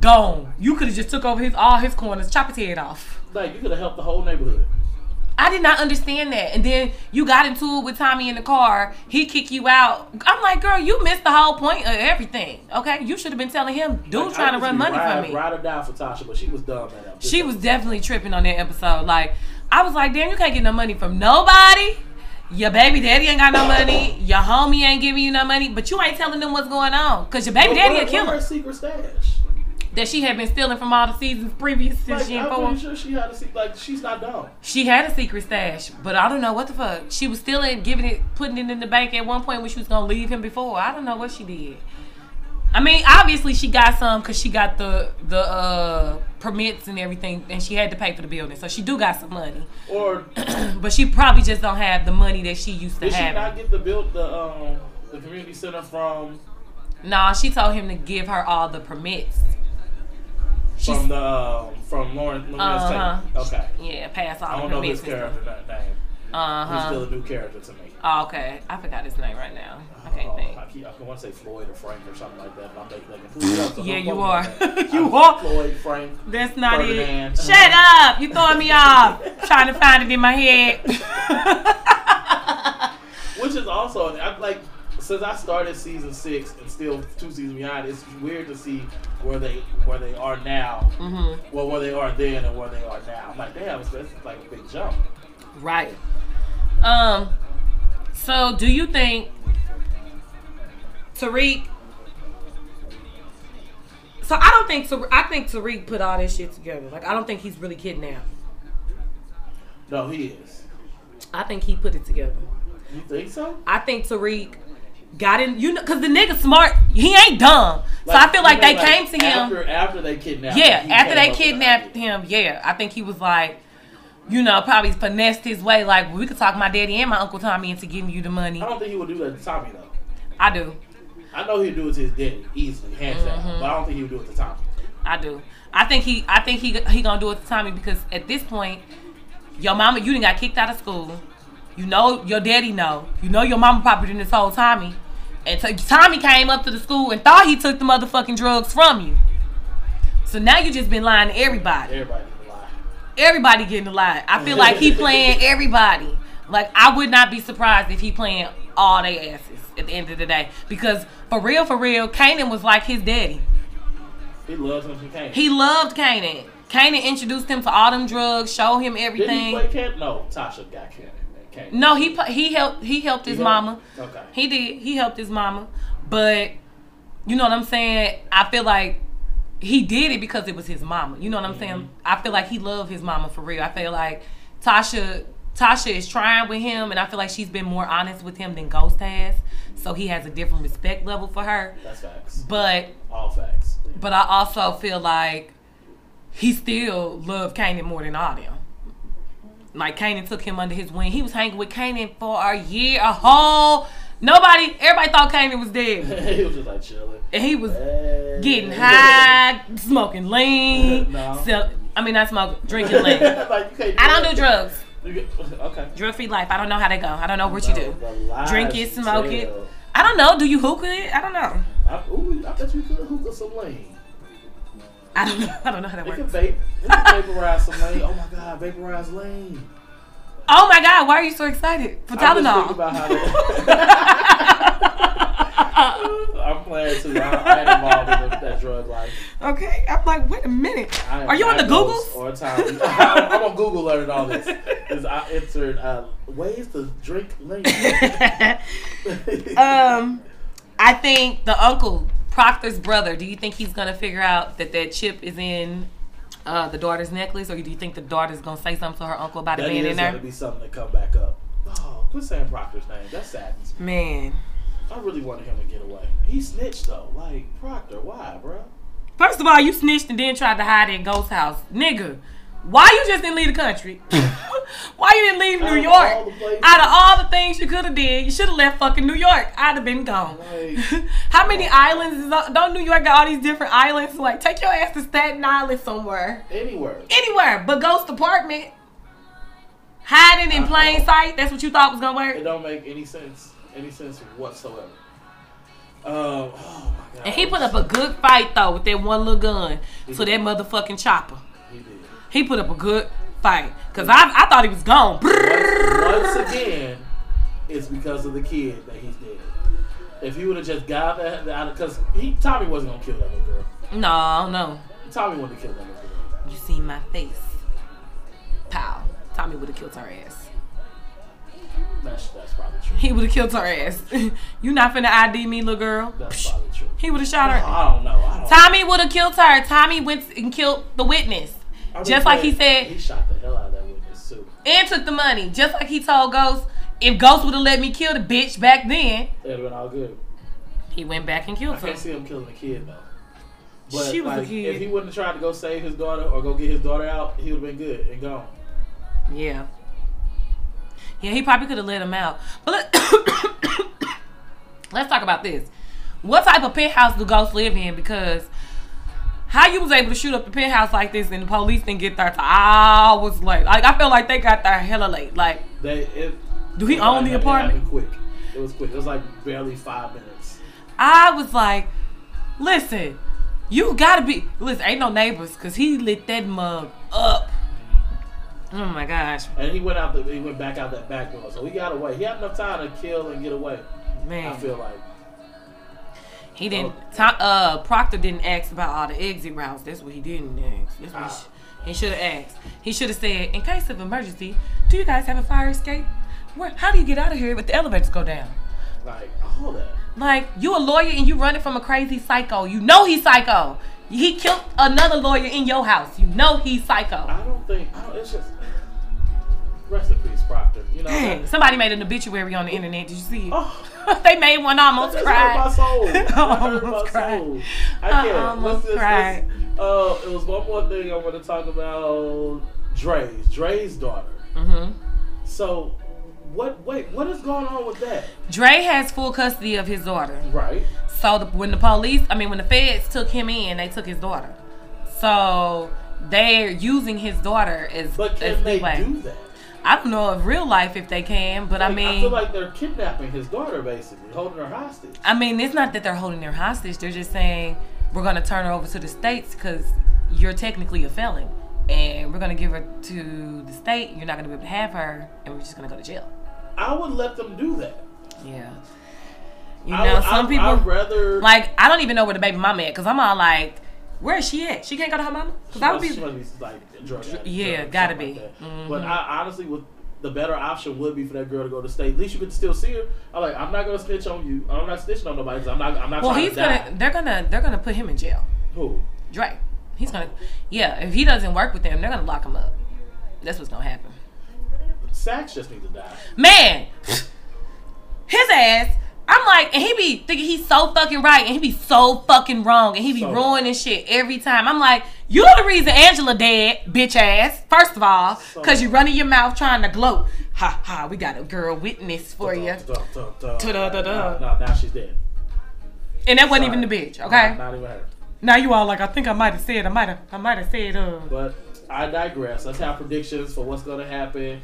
Speaker 4: Gone. You could have just took over his all his corners, chop his head off.
Speaker 3: Like, you could have helped the whole neighborhood.
Speaker 4: I did not understand that. And then you got into it with Tommy in the car. He kicked you out. I'm like, girl, you missed the whole point of everything. Okay, you should have been telling him, dude,
Speaker 3: Like, I
Speaker 4: trying to
Speaker 3: used
Speaker 4: run
Speaker 3: be
Speaker 4: money
Speaker 3: ride,
Speaker 4: from me.
Speaker 3: Ride or die for Tasha, but she was dumb at that.
Speaker 4: She was definitely tripping on that episode. Like, I was like, damn, you can't get no money from nobody. Your baby daddy ain't got no money. Your homie ain't giving you no money. But you ain't telling them what's going on. Because your baby
Speaker 3: But
Speaker 4: daddy
Speaker 3: where-
Speaker 4: a killer.
Speaker 3: where Her secret stash.
Speaker 4: That she had been stealing from all the seasons previous to
Speaker 3: Like,
Speaker 4: she
Speaker 3: I'm
Speaker 4: in four.
Speaker 3: pretty sure she had a secret. Like, she's not dumb.
Speaker 4: She had a secret stash. But I don't know what the fuck. She was stealing, giving it, putting it in the bank at one point when she was going to leave him before. I don't know what she did. I mean, obviously she got some because she got the the uh, permits and everything, and she had to pay for the building, so she do got some money.
Speaker 3: Or
Speaker 4: But she probably just don't have the money that she used to
Speaker 3: did she
Speaker 4: have.
Speaker 3: not get the build the um the community center from
Speaker 4: nah, she told him to give her all the permits. She's,
Speaker 3: from the um, from Lauren Lawrence
Speaker 4: Uh-huh.
Speaker 3: Taylor? Okay.
Speaker 4: yeah, pass all
Speaker 3: I don't
Speaker 4: the
Speaker 3: know his
Speaker 4: permits.
Speaker 3: character na- name.
Speaker 4: Uh
Speaker 3: He's still
Speaker 4: huh.
Speaker 3: a new character to me.
Speaker 4: Oh, okay, I forgot his name right now. I can't
Speaker 3: Oh,
Speaker 4: think.
Speaker 3: I, keep, I want to say Floyd or Frank or something like that, but I'm making like a fool up, so
Speaker 4: Yeah,
Speaker 3: don't
Speaker 4: you
Speaker 3: quote me
Speaker 4: are.
Speaker 3: on that.
Speaker 4: You
Speaker 3: I'm
Speaker 4: are.
Speaker 3: Floyd Frank.
Speaker 4: That's not
Speaker 3: Ferdinand.
Speaker 4: it. Shut up! You throwing me off. Trying to find it in my head.
Speaker 3: Which is also I, like since I started season six and still two seasons behind, it's weird to see where they where they are now, mm-hmm. well where they are then and where they are now. I'm like, damn, it's, that's like a big jump.
Speaker 4: right. Um. So, do you think Tariq? So I don't think Tariq, I think Tariq put all this shit together. Like I don't think he's really kidnapped.
Speaker 3: No, he is.
Speaker 4: I think he put it together.
Speaker 3: You think so?
Speaker 4: I think Tariq got in, you know, because the nigga smart. He ain't dumb. so I feel like
Speaker 3: you know,
Speaker 4: they came to him.
Speaker 3: after, after they kidnapped.
Speaker 4: yeah,
Speaker 3: him, he
Speaker 4: after
Speaker 3: came
Speaker 4: they
Speaker 3: up with an
Speaker 4: kidnapped
Speaker 3: idea.
Speaker 4: him, yeah, I think he was like, you know, probably finessed his way. Like we could talk my daddy and my uncle Tommy into giving you the money.
Speaker 3: I don't think he would do that to Tommy though.
Speaker 4: I do,
Speaker 3: I know he'd do it to his daddy easily, hands
Speaker 4: Mm-hmm.
Speaker 3: down. But I don't think he would do it to Tommy.
Speaker 4: I do. I think he, I think he, he gonna do it to Tommy because at this point, your mama, you didn't got kicked out of school. You know your daddy know. You know your mama probably didn't told Tommy. And so Tommy came up to the school and thought he took the motherfucking drugs from you. So now you just been lying to everybody.
Speaker 3: Everybody can lie.
Speaker 4: Everybody getting a lie. I feel like he playing everybody. Like I would not be surprised if he playing all they asses at the end of the day. Because for real, for real, Kanan was like his daddy.
Speaker 3: He loves him if he can.
Speaker 4: He loved Kanan. Kanan introduced him to all them drugs, showed him
Speaker 3: Did he
Speaker 4: everything.
Speaker 3: play Ken? No, Tasha got Ken. Ken.
Speaker 4: No, he pla- he helped he helped his
Speaker 3: helped?
Speaker 4: mama.
Speaker 3: Okay.
Speaker 4: He did. He helped his mama. But you know what I'm saying? I feel like he did it because it was his mama. You know what I'm
Speaker 3: Mm-hmm.
Speaker 4: saying? I feel like he loved his mama for real. I feel like Tasha Tasha is trying with him and I feel like she's been more honest with him than Ghost has. So he has a different respect level for her.
Speaker 3: That's facts.
Speaker 4: But
Speaker 3: All facts.
Speaker 4: but I also feel like he still loved Kanan more than all them. Like Kanan took him under his wing. He was hanging with Kanan for a year, a whole. Nobody, everybody thought Kanan was dead,
Speaker 3: he was just like chilling.
Speaker 4: and he was
Speaker 3: Hey.
Speaker 4: getting high, smoking lean.
Speaker 3: No.
Speaker 4: sell- I mean, not smoking, drinking
Speaker 3: like,
Speaker 4: lean.
Speaker 3: you can't do
Speaker 4: I don't
Speaker 3: that.
Speaker 4: do drugs.
Speaker 3: You get- okay.
Speaker 4: Drug free life. I don't know how they go. I don't know what you do.
Speaker 3: The lies
Speaker 4: Drink
Speaker 3: you
Speaker 4: it, smoke
Speaker 3: tell.
Speaker 4: it. I don't know. Do you hookah it? I don't know.
Speaker 3: I, ooh, I bet you could hookah some lane.
Speaker 4: I don't know. I don't know how that
Speaker 3: It
Speaker 4: works.
Speaker 3: can vape. It can vaporize some lane. Oh my god, vaporize lane.
Speaker 4: Oh my God! Why are you so excited for
Speaker 3: I'm just
Speaker 4: Tylenol?
Speaker 3: thinking about how that- I'm playing too. I, I ain't involved in that drug life.
Speaker 4: Okay, I'm like, wait a minute.
Speaker 3: I am
Speaker 4: Are you on the
Speaker 3: not
Speaker 4: Googles?
Speaker 3: ghost Or time. I'm on Google learning all this. 'Cause I entered uh, ways to drink lane.
Speaker 4: um, I think the uncle, Proctor's brother. Do you think he's gonna figure out that that chip is in uh, the daughter's necklace, or do you think the daughter's gonna say something to her uncle about it
Speaker 3: That
Speaker 4: being
Speaker 3: is
Speaker 4: in
Speaker 3: going to
Speaker 4: there?
Speaker 3: be something to come back up. Oh, quit saying Proctor's name. That saddens me.
Speaker 4: Man,
Speaker 3: I really wanted him to get away. He snitched though. Like Proctor, why, bro?
Speaker 4: first of all, you snitched and then tried to hide at Ghost House, nigga. Why you just didn't leave the country? Why you didn't leave
Speaker 3: Out
Speaker 4: New
Speaker 3: of
Speaker 4: York?
Speaker 3: all the places.
Speaker 4: Out of all the things you could have did, you should have left fucking New York. I'd have been gone.
Speaker 3: Like-
Speaker 4: How many islands? Is, on- don't New York got all these different islands? Like, take your ass to Staten Island somewhere,
Speaker 3: Anywhere.
Speaker 4: anywhere, but Ghost apartment, hiding in plain sight. That's what you thought was gonna
Speaker 3: It
Speaker 4: work.
Speaker 3: don't make any sense. Any sense whatsoever. Um, oh my god.
Speaker 4: And he put up a good fight though with that one little gun to that motherfucking chopper.
Speaker 3: He did.
Speaker 4: He put up a good fight. Cause I, I thought he was gone.
Speaker 3: Once, once again, it's because of the kid that he's dead. If he would have just got that out of, because he Tommy wasn't gonna kill that little girl.
Speaker 4: No, no.
Speaker 3: Tommy wanted to kill that little girl.
Speaker 4: You see my face. Pow. Tommy would have killed her ass.
Speaker 3: That's that's probably true.
Speaker 4: He would have killed her ass. you not finna ID me, little girl.
Speaker 3: That's probably true.
Speaker 4: He would have shot her.
Speaker 3: I don't know. I don't.
Speaker 4: Tommy would have killed her. Tommy went and killed the witness.
Speaker 3: I would
Speaker 4: Just like he
Speaker 3: say
Speaker 4: said,
Speaker 3: he shot the hell out of that witness too.
Speaker 4: and took the money. Just like he told Ghost, if Ghost would have let me kill the bitch back then,
Speaker 3: It would have been all good.
Speaker 4: he went back and killed
Speaker 3: I
Speaker 4: her.
Speaker 3: can't see him killing a kid though. But
Speaker 4: She was a
Speaker 3: like,
Speaker 4: kid.
Speaker 3: if he wouldn't have tried to go save his daughter or go get his daughter out, he would have been good and gone.
Speaker 4: Yeah. Yeah, he probably could have let him out. But let, let's talk about this. What type of penthouse do ghosts live in? Because how you was able to shoot up the penthouse like this and the police didn't get there till hours late? Like I feel like they got there hella late. Like
Speaker 3: They it,
Speaker 4: do he
Speaker 3: it
Speaker 4: own the
Speaker 3: happened- it
Speaker 4: apartment?
Speaker 3: happened Quick. It was quick. It was like barely five minutes.
Speaker 4: I was like, listen, you gotta be listen. Ain't no neighbors because he lit that mug up. Oh my gosh,
Speaker 3: And he went out. The, he went back out that back door, so he got away. He had enough time to kill and get away.
Speaker 4: man.
Speaker 3: I feel like
Speaker 4: He didn't. Tom, uh, Proctor didn't ask about all the exit routes. That's what he didn't ask. That's what
Speaker 3: Ah.
Speaker 4: he, sh- he should have asked. He should have said, "In case of emergency, do you guys have a fire escape? Where, how do you get out of here if the elevators go down?
Speaker 3: like all that.
Speaker 4: Like you a lawyer and you running from a crazy psycho. You know he's psycho. He killed another lawyer in your house. You know he's psycho.
Speaker 3: I don't think. I don't. It's just rest in peace, Proctor. You know.
Speaker 4: Dang,
Speaker 3: that-
Speaker 4: somebody made an obituary on the internet. Did you see it?
Speaker 3: Oh.
Speaker 4: they made one almost
Speaker 3: That
Speaker 4: cry.
Speaker 3: hurt my soul. That hurt my
Speaker 4: Almost cried.
Speaker 3: soul.
Speaker 4: I
Speaker 3: I can't.
Speaker 4: almost
Speaker 3: Let's just-
Speaker 4: cried.
Speaker 3: let's- uh, it was one more thing I want to talk about. Dre's Dre's daughter.
Speaker 4: Mm-hmm.
Speaker 3: So, what? Wait, what is going on with that?
Speaker 4: Dre has full custody of his daughter.
Speaker 3: Right.
Speaker 4: So the, when the police, I mean, when the feds took him in, they took his daughter. So they're using his daughter as,
Speaker 3: But
Speaker 4: as
Speaker 3: can they
Speaker 4: leeway.
Speaker 3: do that?
Speaker 4: I don't know of real life if they can, but I
Speaker 3: Like,
Speaker 4: mean,
Speaker 3: I feel like they're kidnapping his daughter, basically holding her hostage.
Speaker 4: I mean, it's not that they're holding her hostage. They're just saying we're gonna turn her over to the states because you're technically a felon, and we're gonna give her to the state. You're not gonna be able to have her, and we're just gonna go to jail.
Speaker 3: I would let them do that.
Speaker 4: Yeah. You
Speaker 3: I
Speaker 4: know,
Speaker 3: would,
Speaker 4: some
Speaker 3: I,
Speaker 4: people
Speaker 3: I'd rather
Speaker 4: Like, I don't even know where the baby mama at, cause I'm all like, where is she at? She can't go to her mama. Cause
Speaker 3: she
Speaker 4: I would
Speaker 3: must,
Speaker 4: be.
Speaker 3: she must be like a drug addict
Speaker 4: Yeah,
Speaker 3: or something
Speaker 4: gotta
Speaker 3: like
Speaker 4: be.
Speaker 3: that.
Speaker 4: Mhm.
Speaker 3: But I honestly would. The better option would be for that girl to go to state. At least you could still see her. I'm like, I'm not gonna snitch on you. I'm not snitching on nobody. 'cause I'm not. I'm not
Speaker 4: Well,
Speaker 3: trying
Speaker 4: he's
Speaker 3: to die.
Speaker 4: gonna. They're gonna. They're gonna put him in jail.
Speaker 3: Who?
Speaker 4: Dre. He's gonna. Yeah. If he doesn't work with them, they're gonna lock him up. That's what's gonna happen.
Speaker 3: Sax just needs to die.
Speaker 4: Man, his ass. I'm like, and he be thinking he's so fucking right, and he be so fucking wrong, and he be
Speaker 3: So-
Speaker 4: ruining shit every time. I'm like, you're the reason Angela dead, bitch ass. First of all,
Speaker 3: So-
Speaker 4: cause you running your mouth trying to gloat. Ha ha, we got a girl witness for you, Ta-da-da-da.
Speaker 3: No, now she's dead.
Speaker 4: and that wasn't even the
Speaker 3: Sorry.
Speaker 4: bitch. Okay.
Speaker 3: Not, not even her.
Speaker 4: Now you all like, I think I might have said, I might have, I might have said, uh.
Speaker 3: But I digress. Let's have predictions for what's gonna happen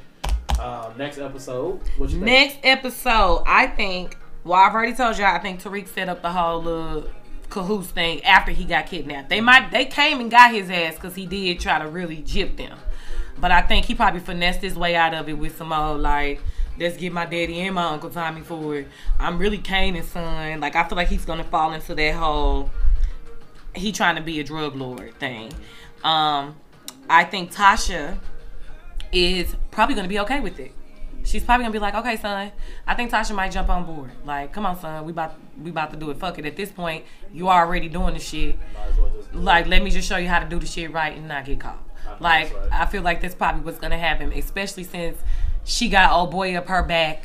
Speaker 3: um, next episode. What you think?
Speaker 4: Next episode, I think. Well, I've already told y'all. I think Tariq set up the whole little cahoots thing after he got kidnapped. They might they came and got his ass because he did try to really jip them. But I think he probably finessed his way out of it with some old like, let's get my daddy and my uncle Tommy for it. I'm really Kanan's son. Like I feel like he's gonna fall into that whole he trying to be a drug lord thing. Um, I think Tasha is probably gonna be okay with it. She's probably gonna be like, okay, son, I think Tasha might jump on board. Like, come on, son, we about we about to do it. Fuck it. At this point, you already doing the shit.
Speaker 3: Might as well just do it.
Speaker 4: Like, let me just show you how to do the shit right and not get caught.
Speaker 3: think
Speaker 4: Like,
Speaker 3: that's right.
Speaker 4: I feel like that's probably what's gonna happen, especially since she got old boy up her back.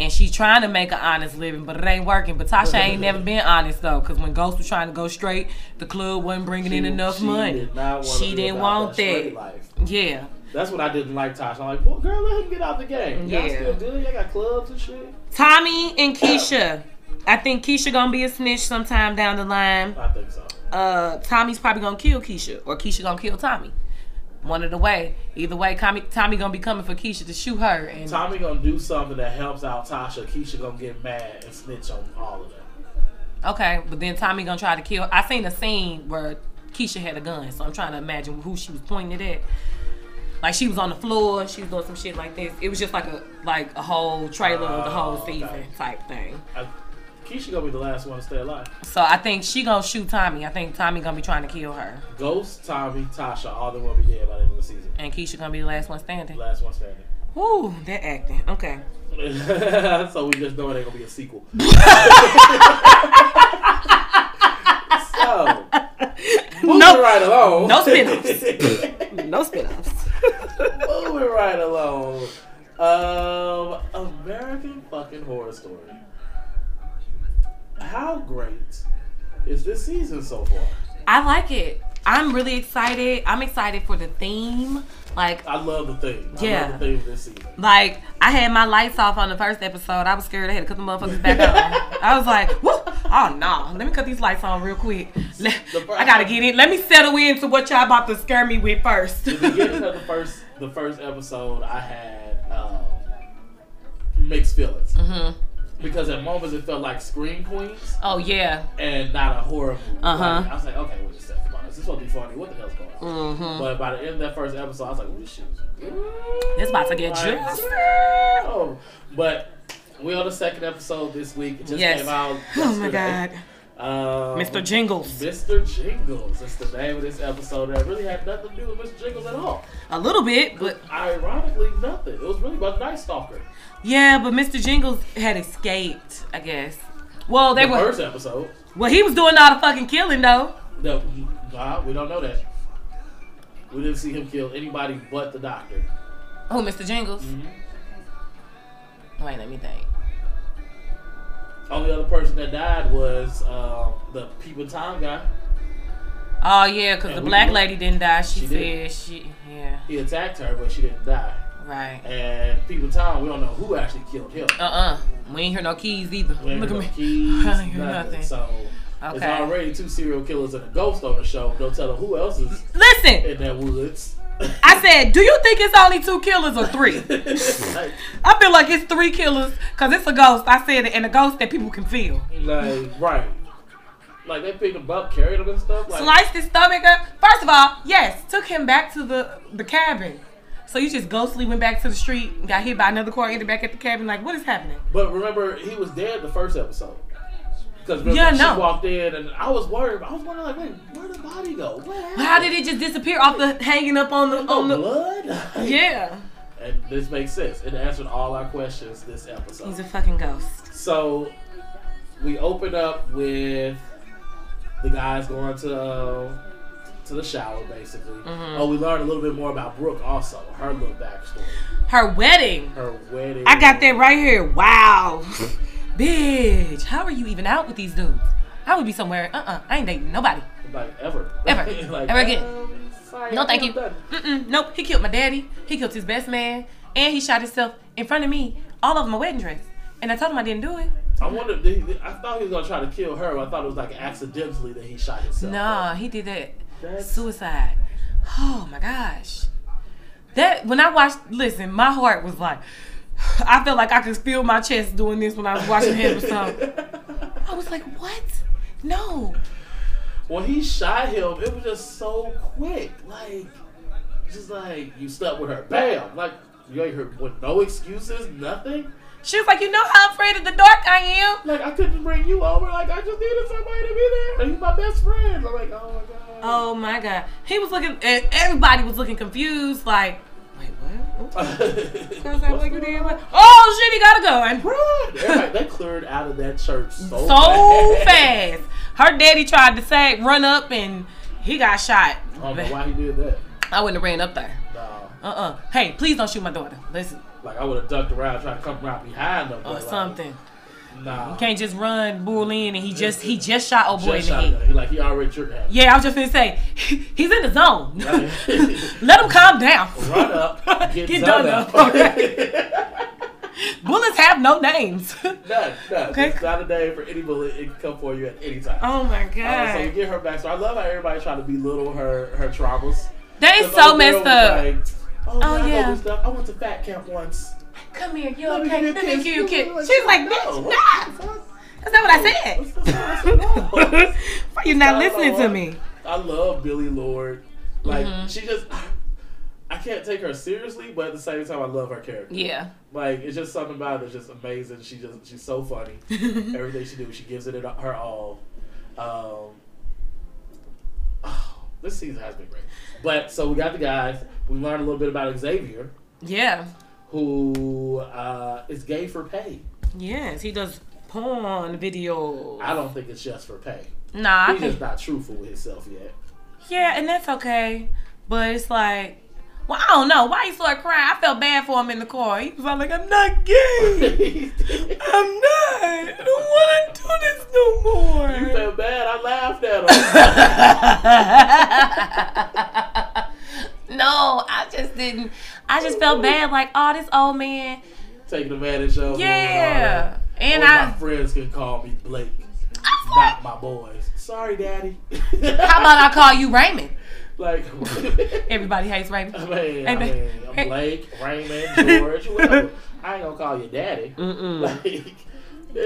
Speaker 4: And she's trying to make an honest living, but it ain't working. But Tasha ain't never been honest though, because when Ghost was trying to go straight, the club wasn't bringing in
Speaker 3: She-
Speaker 4: enough
Speaker 3: she
Speaker 4: money.
Speaker 3: did not wanna
Speaker 4: she
Speaker 3: be
Speaker 4: didn't
Speaker 3: about
Speaker 4: want
Speaker 3: that
Speaker 4: that.
Speaker 3: straight life.
Speaker 4: Yeah.
Speaker 3: That's what I didn't like, Tosh. I'm like, well, girl, let him get out the game. Y'all
Speaker 4: Yeah.
Speaker 3: still good? Y'all got clubs and shit?
Speaker 4: Tommy and Keisha. I think Keisha gonna be a snitch sometime down the line.
Speaker 3: I think so.
Speaker 4: Uh, Tommy's probably gonna kill Keisha, or Keisha gonna kill Tommy. One of the way. Either way, Tommy, Tommy gonna be coming for Keisha to shoot her. And
Speaker 3: Tommy gonna do something that helps out Tasha. Keisha gonna get mad and snitch on all of them.
Speaker 4: okay, but then Tommy gonna try to kill. I seen a scene where Keisha had a gun, so I'm trying to imagine who she was pointing it at. Like she was on the floor, she was doing some shit like this. It was just like a like a whole trailer of the
Speaker 3: Oh,
Speaker 4: whole
Speaker 3: okay.
Speaker 4: season type thing.
Speaker 3: I, Keisha gonna be the last one to stay alive.
Speaker 4: So I think she gonna shoot Tommy. I think Tommy gonna be trying to kill her,
Speaker 3: Ghost, Tommy, Tasha, all them will be dead by the end of the season.
Speaker 4: and Keisha gonna be the last one standing.
Speaker 3: Last one standing.
Speaker 4: Ooh, that acting. Okay.
Speaker 3: so we just know it ain't gonna be a sequel. so moving
Speaker 4: No-
Speaker 3: right along.
Speaker 4: no No spin-offs.
Speaker 3: moving right along. Um, American fucking horror story. How great is this season so far?
Speaker 4: I like it. I'm really excited. I'm excited for the theme. Like
Speaker 3: I love the theme. I
Speaker 4: Yeah.
Speaker 3: love the theme of this season.
Speaker 4: like I had my lights off on the first episode. I was scared I had to cut the motherfuckers back on. I was like, Whoop. oh no, let me cut these lights on real quick. Let-
Speaker 3: The first-
Speaker 4: I gotta get in. Let me settle into what y'all about to scare me with first.
Speaker 3: The beginning of the first the first episode, I had um, mixed feelings because at moments it felt like Scream Queens.
Speaker 4: oh yeah.
Speaker 3: and not a horror movie.
Speaker 4: Uh-huh.
Speaker 3: Like, I was like, okay, wait a second. Come on, this is supposed to be funny. What the hell's going on?
Speaker 4: Mm-hmm.
Speaker 3: But by the end of that first episode, I was like, oh, this shit is good.
Speaker 4: It's about to get
Speaker 3: Like,
Speaker 4: juicy.
Speaker 3: oh. But we on the second episode this week. It just
Speaker 4: Yes.
Speaker 3: came out.
Speaker 4: Oh my god.
Speaker 3: yesterday. Um,
Speaker 4: Mr. Jingles.
Speaker 3: Mr. Jingles is the name of this episode that really had nothing to do with Mr. Jingles at all.
Speaker 4: A little bit, but
Speaker 3: Ironically, nothing. It was really about Night Stalker.
Speaker 4: yeah, but Mr. Jingles had escaped, I guess. Well, they
Speaker 3: The
Speaker 4: were.
Speaker 3: first episode.
Speaker 4: Well, he was doing all the fucking killing though.
Speaker 3: No, nah, we don't know that. We didn't see him kill anybody but the doctor.
Speaker 4: Oh, Mr. Jingles.
Speaker 3: Mm-hmm.
Speaker 4: Wait, let me think.
Speaker 3: Only other person that died was um, the people time guy.
Speaker 4: Oh yeah, cause
Speaker 3: And
Speaker 4: the
Speaker 3: we
Speaker 4: black
Speaker 3: looked-
Speaker 4: lady didn't die. She,
Speaker 3: She
Speaker 4: said
Speaker 3: didn't.
Speaker 4: she yeah
Speaker 3: He attacked her, but she didn't die.
Speaker 4: right.
Speaker 3: And people time, we don't know who actually killed him.
Speaker 4: Uh uh We ain't hear no keys either.
Speaker 3: We ain't
Speaker 4: Look at
Speaker 3: hear
Speaker 4: me.
Speaker 3: no keys,
Speaker 4: I ain't hear
Speaker 3: nothing.
Speaker 4: nothing.
Speaker 3: So it's
Speaker 4: Okay.
Speaker 3: already two serial killers and a ghost on the show. Don't tell them who else is
Speaker 4: Listen,
Speaker 3: in that woods.
Speaker 4: I said, do you think it's only two killers or three?
Speaker 3: like,
Speaker 4: I feel like it's three killers, cause it's a ghost. I said it, and a ghost that people can feel.
Speaker 3: like, right. Like they picked him up, carried him and stuff. Like,
Speaker 4: Sliced his stomach up. First of all, yes, took him back to the the cabin. So you just ghostly went back to the street, and got hit by another car, ended back at the cabin. Like, what is happening?
Speaker 3: But remember, he was dead the first episode. Because
Speaker 4: Yeah,
Speaker 3: she
Speaker 4: no.
Speaker 3: walked in, and I was worried. I was wondering, like, wait, where the body go? What happened?
Speaker 4: How did it just disappear off the hanging up on the
Speaker 3: no
Speaker 4: on the?
Speaker 3: blood? Like-
Speaker 4: Yeah,
Speaker 3: And this makes sense. It answered all our questions this episode.
Speaker 4: he's a fucking ghost.
Speaker 3: so we open up with the guys going to uh, to the shower, basically.
Speaker 4: Mm-hmm.
Speaker 3: Oh, we learned a little bit more about Brooke also, her little backstory,
Speaker 4: Her wedding.
Speaker 3: her wedding.
Speaker 4: I got that right here. Wow. Bitch, how are you even out with these dudes? I would be somewhere. Uh uh I ain't dating nobody.
Speaker 3: like ever,
Speaker 4: Ever. Ever again.
Speaker 3: um, sorry,
Speaker 4: No,
Speaker 3: I
Speaker 4: thank
Speaker 3: feel
Speaker 4: you.
Speaker 3: bad.
Speaker 4: Mm-mm, nope, he killed my daddy. He killed his best man. And he shot himself in front of me, all over my wedding dress. And I told him I didn't do it.
Speaker 3: I wonder. Did he, I thought he was gonna try to kill her. But I thought it was like accidentally that he shot himself.
Speaker 4: Nah, he did that.
Speaker 3: That's-
Speaker 4: Suicide. Oh my gosh. That when I watched listen, my heart was like I felt like I could feel my chest doing this when I was watching him or something. I was like, what? No.
Speaker 3: when he shot him, it was just so quick. Like, just like you slept with her. Bam. Like you ain't heard with no excuses, nothing.
Speaker 4: She was like, you know how afraid of the dark I am.
Speaker 3: Like I couldn't bring you over. Like I just needed somebody to be there. And he's my best friend. I'm like, oh my god.
Speaker 4: Oh my god. He was looking and everybody was looking confused, like, wait, what? Oops, girls act Oh. like you did what? Oh shit, he gotta go. And
Speaker 3: Everybody- they cleared out of that church so,
Speaker 4: so fast. Her daddy tried to say run up and he got shot.
Speaker 3: I don't know why he did that.
Speaker 4: I wouldn't have ran up there.
Speaker 3: No.
Speaker 4: Uh uh Hey, please don't shoot my daughter. Listen,
Speaker 3: Like I would have ducked around, trying to come around behind them.
Speaker 4: or
Speaker 3: but, like,
Speaker 4: something.
Speaker 3: Nah.
Speaker 4: You can't just run Bull in and he just he just shot old boy in
Speaker 3: Just
Speaker 4: the
Speaker 3: shot
Speaker 4: head.
Speaker 3: him. He like he already trigger happy.
Speaker 4: Yeah, I was just gonna say he's in the zone.
Speaker 3: Right.
Speaker 4: Let him calm down.
Speaker 3: Run up, get,
Speaker 4: Get
Speaker 3: done,
Speaker 4: done
Speaker 3: up.
Speaker 4: up. Bullets have no names.
Speaker 3: None, none.
Speaker 4: Okay.
Speaker 3: It's not a day for any bullet. It can come for you at any time.
Speaker 4: oh my
Speaker 3: Uh, so you
Speaker 4: god,
Speaker 3: get her back. So I love how everybody trying to belittle her her traumas.
Speaker 4: that is
Speaker 3: The old
Speaker 4: so
Speaker 3: girl
Speaker 4: messed
Speaker 3: was
Speaker 4: up.
Speaker 3: like, oh, yeah, I know
Speaker 4: yeah.
Speaker 3: this stuff. I went to fat camp once.
Speaker 4: Come here, you
Speaker 3: Let me
Speaker 4: okay?
Speaker 3: give
Speaker 4: Let
Speaker 3: you a
Speaker 4: me give you a
Speaker 3: kiss.
Speaker 4: kiss.
Speaker 3: You like,
Speaker 4: She's like,
Speaker 3: no.
Speaker 4: bitch, nah. That's not what I said.
Speaker 3: That's not what I said.
Speaker 4: Why you not listening to me?
Speaker 3: I love Billy Lord. Like
Speaker 4: Mm-hmm.
Speaker 3: she just, I can't take her seriously, but at the same time, I love her character.
Speaker 4: Yeah.
Speaker 3: Like it's just something about it that's just amazing. She just she's so funny. Everything she do, she gives it her all. Um, oh, this season has been great. But so we got the guys. We learned a little bit about Xavier,
Speaker 4: Yeah.
Speaker 3: who uh, is gay for pay.
Speaker 4: Yes, he does porn videos.
Speaker 3: I don't think it's just for pay.
Speaker 4: Nah, I
Speaker 3: He's just
Speaker 4: think
Speaker 3: not truthful with himself yet.
Speaker 4: yeah, and that's okay. But it's like, well, I don't know why he started crying. I felt bad for him in the car. He was all like, "I'm not gay. I'm not. I don't want to do this no more."
Speaker 3: You felt bad. I laughed at him.
Speaker 4: no, I just didn't. I just felt bad. Like, oh, this old man.
Speaker 3: Taking advantage of him.
Speaker 4: Yeah.
Speaker 3: And
Speaker 4: And
Speaker 3: all that. Or my
Speaker 4: I-
Speaker 3: friends can call me Blake,
Speaker 4: I'm sorry.
Speaker 3: not my boys. Sorry, daddy.
Speaker 4: How about I call you Raymond?
Speaker 3: like,
Speaker 4: Everybody hates Raymond.
Speaker 3: I mean, I
Speaker 4: Hey,
Speaker 3: mean,
Speaker 4: man.
Speaker 3: I'm Blake, Raymond, George, whatever. I ain't gonna call you daddy. Like,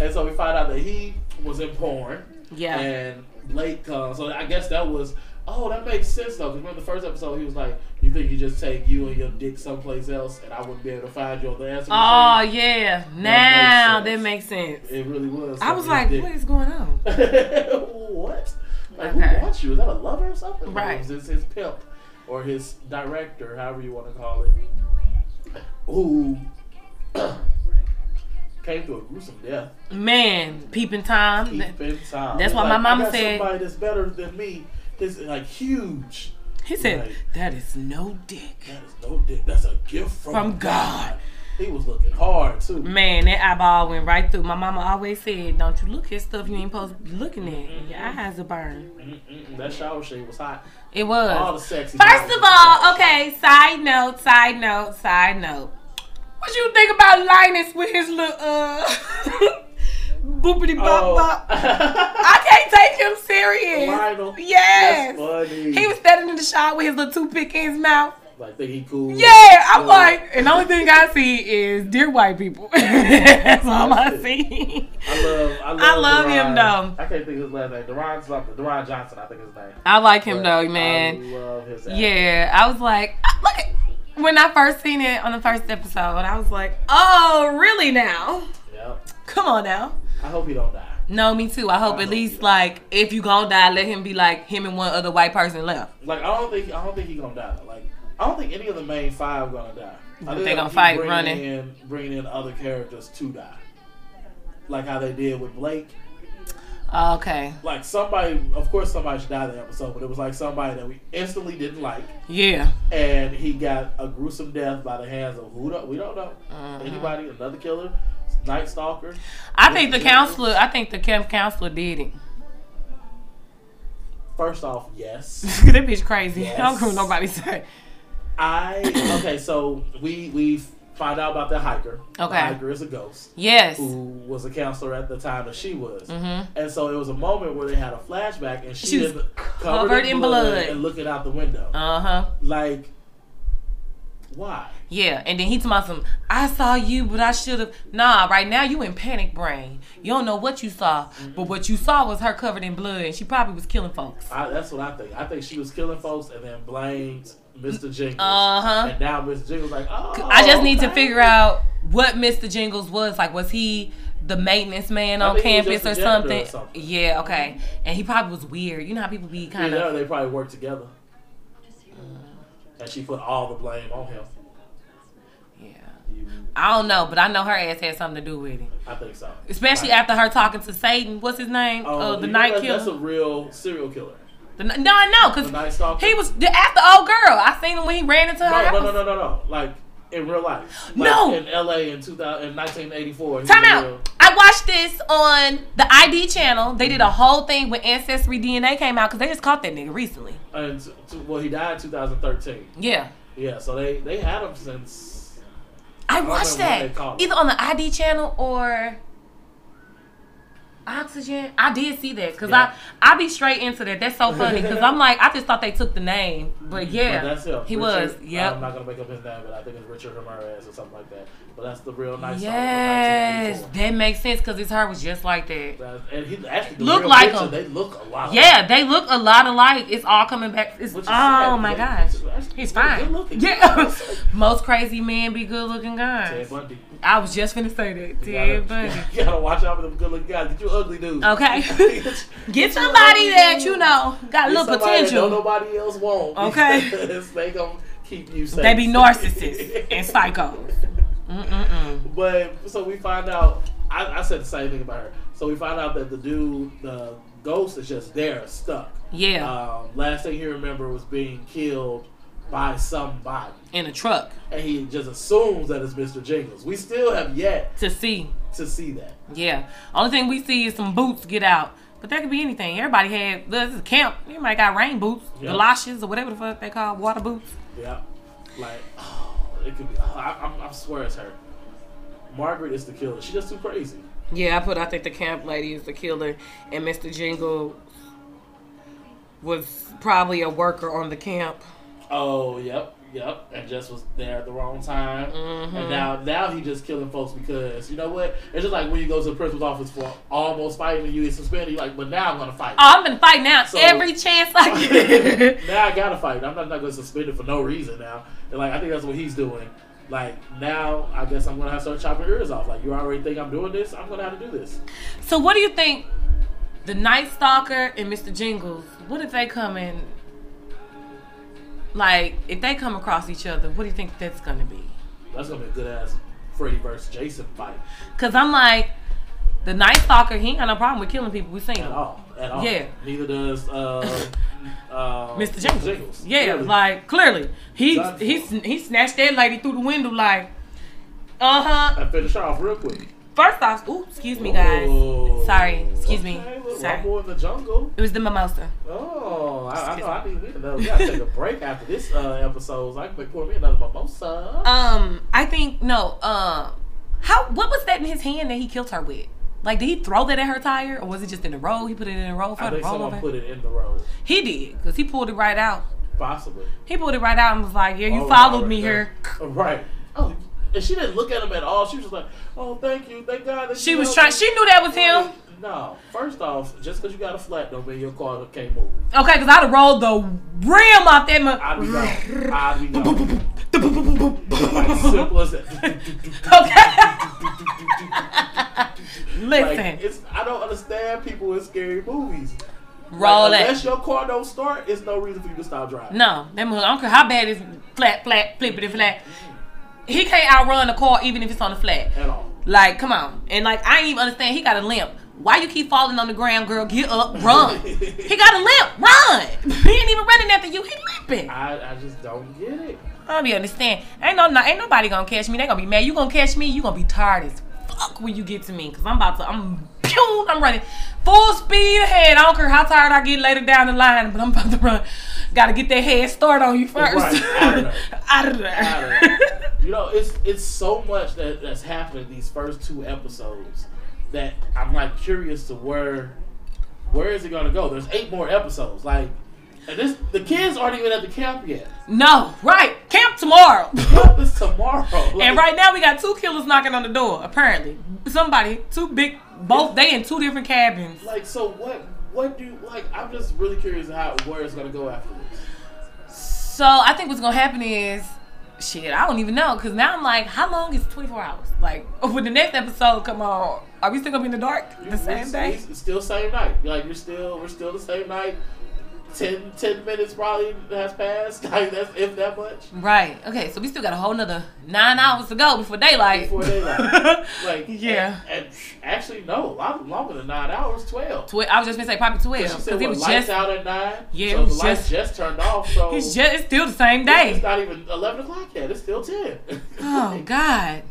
Speaker 3: and so we find out that he was in porn.
Speaker 4: Yeah.
Speaker 3: And Blake comes. So I guess that was. Oh, that makes sense though. Because remember the first episode, he was like, "You think you just take you and your dick someplace else, and I wouldn't be able to find you on the answer?"
Speaker 4: Oh yeah. Now that
Speaker 3: sense.
Speaker 4: makes sense.
Speaker 3: machine?" it really was.
Speaker 4: I was
Speaker 3: his
Speaker 4: like,
Speaker 3: dick.
Speaker 4: what is going on?
Speaker 3: what? Like,
Speaker 4: Okay.
Speaker 3: who wants you? Is that a lover or something?
Speaker 4: Right.
Speaker 3: Or is this his pimp or his director, however you want to call it, who came to a gruesome death?
Speaker 4: Man, peeping time.
Speaker 3: Keep in time.
Speaker 4: That's why
Speaker 3: Like,
Speaker 4: my mama
Speaker 3: I got
Speaker 4: said-
Speaker 3: somebody that's better than me. Is like huge.
Speaker 4: He said,
Speaker 3: Right.
Speaker 4: that is no dick
Speaker 3: That is no dick. That's a gift from,
Speaker 4: from God. Mm.
Speaker 3: He was looking hard too.
Speaker 4: Man, that eyeball went right through. My mama always said, don't you look at stuff you ain't supposed to be looking
Speaker 3: Mm-hmm.
Speaker 4: at. Your eyes will burn.
Speaker 3: Mm-mm, that shower shade was hot.
Speaker 4: It
Speaker 3: All the
Speaker 4: was.
Speaker 3: sexy.
Speaker 4: Uh, First
Speaker 3: guys.
Speaker 4: of all, okay, side note, side note, side note. What you think about Linus with his little, uh, boopity bop
Speaker 3: Oh.
Speaker 4: bop? I can't take him serious.
Speaker 3: Lionel.
Speaker 4: Yes.
Speaker 3: That's funny.
Speaker 4: He was standing in the shower with his little toothpick in his mouth.
Speaker 3: like, think he cool. Uh,
Speaker 4: Yeah, I'm like, and the only thing I see is dear white people. That's all I see.
Speaker 3: I love, I love,
Speaker 4: I love him,
Speaker 3: Deron.
Speaker 4: though.
Speaker 3: I can't think of his last name. Deron something. Deron Johnson, I think his name.
Speaker 4: I like him
Speaker 3: But
Speaker 4: though, man.
Speaker 3: I love his. act.
Speaker 4: Yeah, I was like, "Ah, look. At, when I first seen it on the first episode, I was like, oh, really now?
Speaker 3: Yep.
Speaker 4: Come on now.
Speaker 3: I hope he don't die.
Speaker 4: No, me too. I hope
Speaker 3: I
Speaker 4: at
Speaker 3: know.
Speaker 4: least like if you gonna die, let him be like him and one other white person left.
Speaker 3: Like, I don't think, I don't think he gonna die. Like, I don't think any of the main five gonna die. I think
Speaker 4: they gonna
Speaker 3: keep
Speaker 4: fight
Speaker 3: bringing
Speaker 4: running.
Speaker 3: in, bringing in other characters to die. Like how they did with Blake.
Speaker 4: Okay.
Speaker 3: Like somebody, of course, somebody should die in the episode, but it was like somebody that we instantly didn't like.
Speaker 4: Yeah.
Speaker 3: and he got a gruesome death by the hands of who do, we don't know
Speaker 4: Uh-huh.
Speaker 3: anybody another killer night stalker
Speaker 4: I think the
Speaker 3: Yeah.
Speaker 4: counselor. I think the camp counselor did it.
Speaker 3: first off yes
Speaker 4: that bitch crazy. I don't
Speaker 3: Yes.
Speaker 4: care what nobody say.
Speaker 3: i okay so we we find out about the hiker the
Speaker 4: Okay.
Speaker 3: hiker is a ghost
Speaker 4: Yes.
Speaker 3: who was a counselor at the time that she was and so it was a moment where they had a flashback and she,
Speaker 4: Mm-hmm. She was
Speaker 3: is covered,
Speaker 4: covered
Speaker 3: in
Speaker 4: in
Speaker 3: blood,
Speaker 4: blood.
Speaker 3: and looking out the window
Speaker 4: Uh huh.
Speaker 3: like why
Speaker 4: Yeah. And then he told me some. I saw you, but I should have. Nah. Right now you in panic brain. You don't know what you saw, but what you saw was her covered in blood, and she probably was killing folks.
Speaker 3: I, that's what I think. I think she was killing folks and then blamed Mr. Jingles.
Speaker 4: Uh-huh.
Speaker 3: And now Mr. Jingles like, oh.
Speaker 4: I just need to
Speaker 3: okay."
Speaker 4: figure out what Mr. Jingles was. Like, was he the maintenance man
Speaker 3: I
Speaker 4: on
Speaker 3: think he was
Speaker 4: campus or
Speaker 3: just a janitor or
Speaker 4: something?
Speaker 3: something.
Speaker 4: Yeah. Okay. And he probably was weird. You know how people be
Speaker 3: You
Speaker 4: kind of.
Speaker 3: know, they probably work together. And she put all the blame on him.
Speaker 4: Yeah. I don't know, but I know her ass had something to do with it.
Speaker 3: I think so.
Speaker 4: Especially
Speaker 3: Like,
Speaker 4: after her talking to Satan. What's his name?
Speaker 3: um,
Speaker 4: uh, the
Speaker 3: you know
Speaker 4: night
Speaker 3: that-
Speaker 4: killer.
Speaker 3: That's a real serial killer.
Speaker 4: The ni- no, I know,
Speaker 3: The night
Speaker 4: because
Speaker 3: stalker.
Speaker 4: he was the, after old girl. I seen him when he ran into her.
Speaker 3: No,
Speaker 4: house.
Speaker 3: no, no, no, no, no. Like, in real life. Like,
Speaker 4: No!
Speaker 3: in L.A. in 2000, in 1984. he
Speaker 4: Time
Speaker 3: was a real-
Speaker 4: out. I watched this on the ID channel. They did a whole thing when Ancestry DNA came out because they just caught that nigga recently.
Speaker 3: And t- t- well, he died in 2013.
Speaker 4: Yeah.
Speaker 3: Yeah, so they they had him since.
Speaker 4: I
Speaker 3: don't
Speaker 4: watched
Speaker 3: remember what
Speaker 4: that
Speaker 3: they call it.
Speaker 4: either on the ID channel or Oxygen. I did see that because
Speaker 3: Yeah.
Speaker 4: I I be straight into that. That's so funny because I'm like I just thought they took the name, but yeah,
Speaker 3: But that's him.
Speaker 4: he was.
Speaker 3: Richard- I'm
Speaker 4: Yep.
Speaker 3: not gonna make up his name, but I think it's Richard Ramirez or something like that. But that's the real nice.
Speaker 4: Yes,
Speaker 3: Song from 1984.
Speaker 4: that makes sense because his hair was just like that.
Speaker 3: That- and he actually the
Speaker 4: Look
Speaker 3: real
Speaker 4: like
Speaker 3: picture,
Speaker 4: him.
Speaker 3: They look a lot.
Speaker 4: Yeah, they look a lot alike. It's all coming back. It's
Speaker 3: Which
Speaker 4: oh
Speaker 3: is sad,
Speaker 4: my
Speaker 3: because
Speaker 4: gosh,
Speaker 3: he's actually
Speaker 4: he's
Speaker 3: really
Speaker 4: fine.
Speaker 3: good-looking.
Speaker 4: Yeah, most crazy men be good
Speaker 3: Ted
Speaker 4: looking guys.
Speaker 3: Bundy.
Speaker 4: I was just finna say that.
Speaker 3: You
Speaker 4: Ted
Speaker 3: gotta,
Speaker 4: Bundy.
Speaker 3: you gotta watch out for them good looking guys. Get you ugly dudes.
Speaker 4: Okay. Get somebody that you know got a little
Speaker 3: No,
Speaker 4: potential.
Speaker 3: nobody else won't.
Speaker 4: Okay.
Speaker 3: because they gonna keep you safe.
Speaker 4: They be narcissists and psychos.
Speaker 3: But so we find out. I, I said the same thing about her. So we find out that the dude, the ghost, is just there, stuck.
Speaker 4: Yeah,
Speaker 3: Um, last thing he remember was being killed by somebody,
Speaker 4: in a truck
Speaker 3: and he just assumes that it's Mr. Jingles. We still have yet
Speaker 4: to see.
Speaker 3: to see that.
Speaker 4: Yeah, only thing we see is some boots get out, but that could be anything. Everybody had this is camp. Everybody got rain boots,
Speaker 3: Yeah.
Speaker 4: galoshes, or whatever the fuck they call water boots.
Speaker 3: Yeah, like it could be. I, I, I swear it's her. Margaret is the killer. She just too crazy.
Speaker 4: Yeah, I put. I think the camp lady is the killer, and Mr. Jingle was probably a worker on the camp.
Speaker 3: Oh, yep, yep. And just was there at the wrong time.
Speaker 4: Mm-hmm.
Speaker 3: And now now he just killing folks because you know what? It's just like when you go to the principal's office for almost fighting and you get suspended, you're like, but now I'm gonna fight.
Speaker 4: Oh, I'm gonna fight now
Speaker 3: So-
Speaker 4: every chance I get.
Speaker 3: now I gotta fight. I'm not, not gonna suspend it for no reason now. And like I think that's what he's doing. Like now I guess I'm gonna have to start chopping ears off. Like you already think I'm doing this, I'm gonna have to do this.
Speaker 4: So what do you think the Night Stalker and Mr. Jingles, what if they come in like if they come across each other, what do you think that's gonna be?
Speaker 3: That's gonna be a good ass Freddy versus Jason fight.
Speaker 4: Cause I'm like, the Night Stalker, he ain't got no problem with killing people. We seen
Speaker 3: At
Speaker 4: him.
Speaker 3: all. At all.
Speaker 4: Yeah.
Speaker 3: Neither does uh, uh,
Speaker 4: Mr. Jingles. Yeah, like clearly. He
Speaker 3: Johnson.
Speaker 4: he sn- he snatched that lady through the window like uh-huh.
Speaker 3: I finish her off real quick.
Speaker 4: First off, ooh, excuse me guys.
Speaker 3: Ooh.
Speaker 4: Sorry, excuse me.
Speaker 3: Oh. Okay, look,
Speaker 4: Sorry.
Speaker 3: Rumble in the jungle.
Speaker 4: It was the mimosa.
Speaker 3: Oh, I, I
Speaker 4: Excuse
Speaker 3: know. I need me another. We gotta take a break after this uh, episode. So I can pour me another mimosa.
Speaker 4: Um, I think no. Um, how? What was that in his hand that he killed her with? Like, did he throw that at her tire, or was it just in the road? He put it in the road
Speaker 3: I
Speaker 4: for the
Speaker 3: think
Speaker 4: roll
Speaker 3: someone
Speaker 4: over.
Speaker 3: put it in the road,
Speaker 4: he did, cause he pulled it right out.
Speaker 3: possibly.
Speaker 4: He pulled it right out and was like, "Yeah, you
Speaker 3: Oh,
Speaker 4: followed
Speaker 3: right
Speaker 4: me
Speaker 3: there.
Speaker 4: here."
Speaker 3: Right. Oh, and she didn't look at him at all. She was just like, "Oh, thank you, thank God." That
Speaker 4: She
Speaker 3: you
Speaker 4: was
Speaker 3: helped
Speaker 4: trying.
Speaker 3: me."
Speaker 4: She knew that was him.
Speaker 3: No. First off, just because you got a flat don't mean your car can't move.
Speaker 4: Okay, cause I'd have rolled the rim off that.
Speaker 3: I'd be
Speaker 4: Mo-
Speaker 3: gone. I'd be gone. Like, simple as that.
Speaker 4: okay.
Speaker 3: Like,
Speaker 4: Listen,
Speaker 3: it's, I don't understand people in scary movies.
Speaker 4: roll
Speaker 3: like,
Speaker 4: that.
Speaker 3: Unless your car don't start, it's no reason for you to stop driving.
Speaker 4: No, that mother, I don't care how bad it's flat, flat, flippity flat. He can't outrun the car even if it's on the flat.
Speaker 3: At all.
Speaker 4: Like, come on. And like, I ain't even understand. He got a limp. Why you keep falling on the ground, girl? Get up, run. he got a limp. Run. He ain't even running after you. He limping. I
Speaker 3: I, I just don't get it.
Speaker 4: don't be understand. Ain't no, no, ain't nobody gonna catch me. They gonna be mad. You gonna catch me? You gonna be tired as fuck when you get to me. Cause I'm about to. I'm pew. I'm running full speed ahead. I don't care how tired I get later down the line, but I'm about to run. Gotta get that head start on you first.
Speaker 3: Oh, Right, out of there.
Speaker 4: out of there.
Speaker 3: I don't- you know, it's it's so much that, that's happened these first two episodes that I'm like curious to where where is it gonna go? There's eight more episodes. Like and this the kids aren't even at the camp yet.
Speaker 4: no, right. Camp tomorrow.
Speaker 3: Camp is tomorrow. Like,
Speaker 4: And right now we got two killers knocking on the door. Apparently, somebody, two big, both they in two different cabins.
Speaker 3: like so what what do like I'm just really curious how where it's gonna go after this.
Speaker 4: So I think what's gonna happen is, shit, I don't even know, cause now I'm like, how long is 24 hours? Like, when the next episode come on, are we still gonna be in the dark the
Speaker 3: It's-
Speaker 4: same day?
Speaker 3: it's- it's still same night. Like you're still we're still the same night. 10, 10 minutes probably has passed. Like that's if that much.
Speaker 4: Right. Okay. So we still got a whole nother nine hours to go before daylight.
Speaker 3: Before daylight. Like
Speaker 4: Yeah.
Speaker 3: and, and actually no, a lot longer than nine hours, twelve.
Speaker 4: Twe- I was just gonna say probably
Speaker 3: She
Speaker 4: twelve
Speaker 3: said
Speaker 4: because
Speaker 3: what,
Speaker 4: it was
Speaker 3: lights
Speaker 4: just
Speaker 3: out at nine.
Speaker 4: Yeah,
Speaker 3: so
Speaker 4: it was
Speaker 3: the lights
Speaker 4: just-
Speaker 3: just turned off. So
Speaker 4: it's just it's still the same day.
Speaker 3: It's not even eleven o'clock yet. It's still ten.
Speaker 4: Oh God,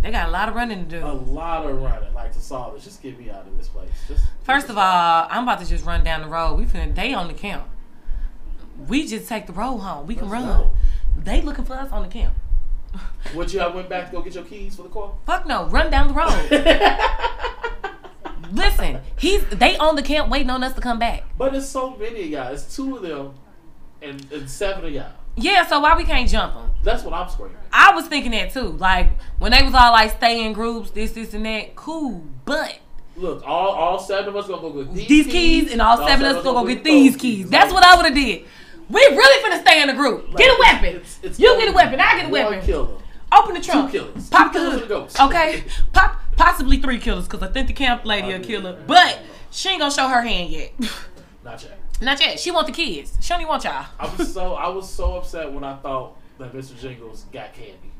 Speaker 4: they got a lot of running to
Speaker 3: a
Speaker 4: do.
Speaker 3: lot of running, like to solve this. Just get me out of this place. Just
Speaker 4: First of all, I'm about to just run down the road. We finna they on the camp. We just take the road home. We can
Speaker 3: Let's
Speaker 4: run.
Speaker 3: go.
Speaker 4: They looking for us on the camp.
Speaker 3: would you have went back to go get your keys for the car?
Speaker 4: Fuck no, run down the road. Listen, he's they on the camp waiting on us to come back.
Speaker 3: But it's so many of y'all. It's two of them, and, and seven of y'all.
Speaker 4: Yeah, so why we can't jump them?
Speaker 3: That's what I'm screaming.
Speaker 4: I was thinking that too. Like when they was all like stay in groups, this, this, and that. Cool, but
Speaker 3: Look, all all seven of us gonna go get these,
Speaker 4: these keys and all seven of us gonna go get these
Speaker 3: those
Speaker 4: keys.
Speaker 3: Like,
Speaker 4: That's what I would have did. We really finna stay in a group.
Speaker 3: like,
Speaker 4: get a weapon.
Speaker 3: it's- it's
Speaker 4: you
Speaker 3: only
Speaker 4: get a weapon. I get a
Speaker 3: one
Speaker 4: weapon.
Speaker 3: Killer.
Speaker 4: Open the trunk.
Speaker 3: killers.
Speaker 4: Pop
Speaker 3: Two
Speaker 4: the
Speaker 3: killers
Speaker 4: hood.
Speaker 3: and a ghost.
Speaker 4: Okay. Pop possibly three killers because I think the camp lady a killer, but she ain't gonna show her hand yet.
Speaker 3: Not yet.
Speaker 4: Not yet. She want the kids. She only want y'all.
Speaker 3: I was so I was so upset when I thought that Mr. Jingles got candy.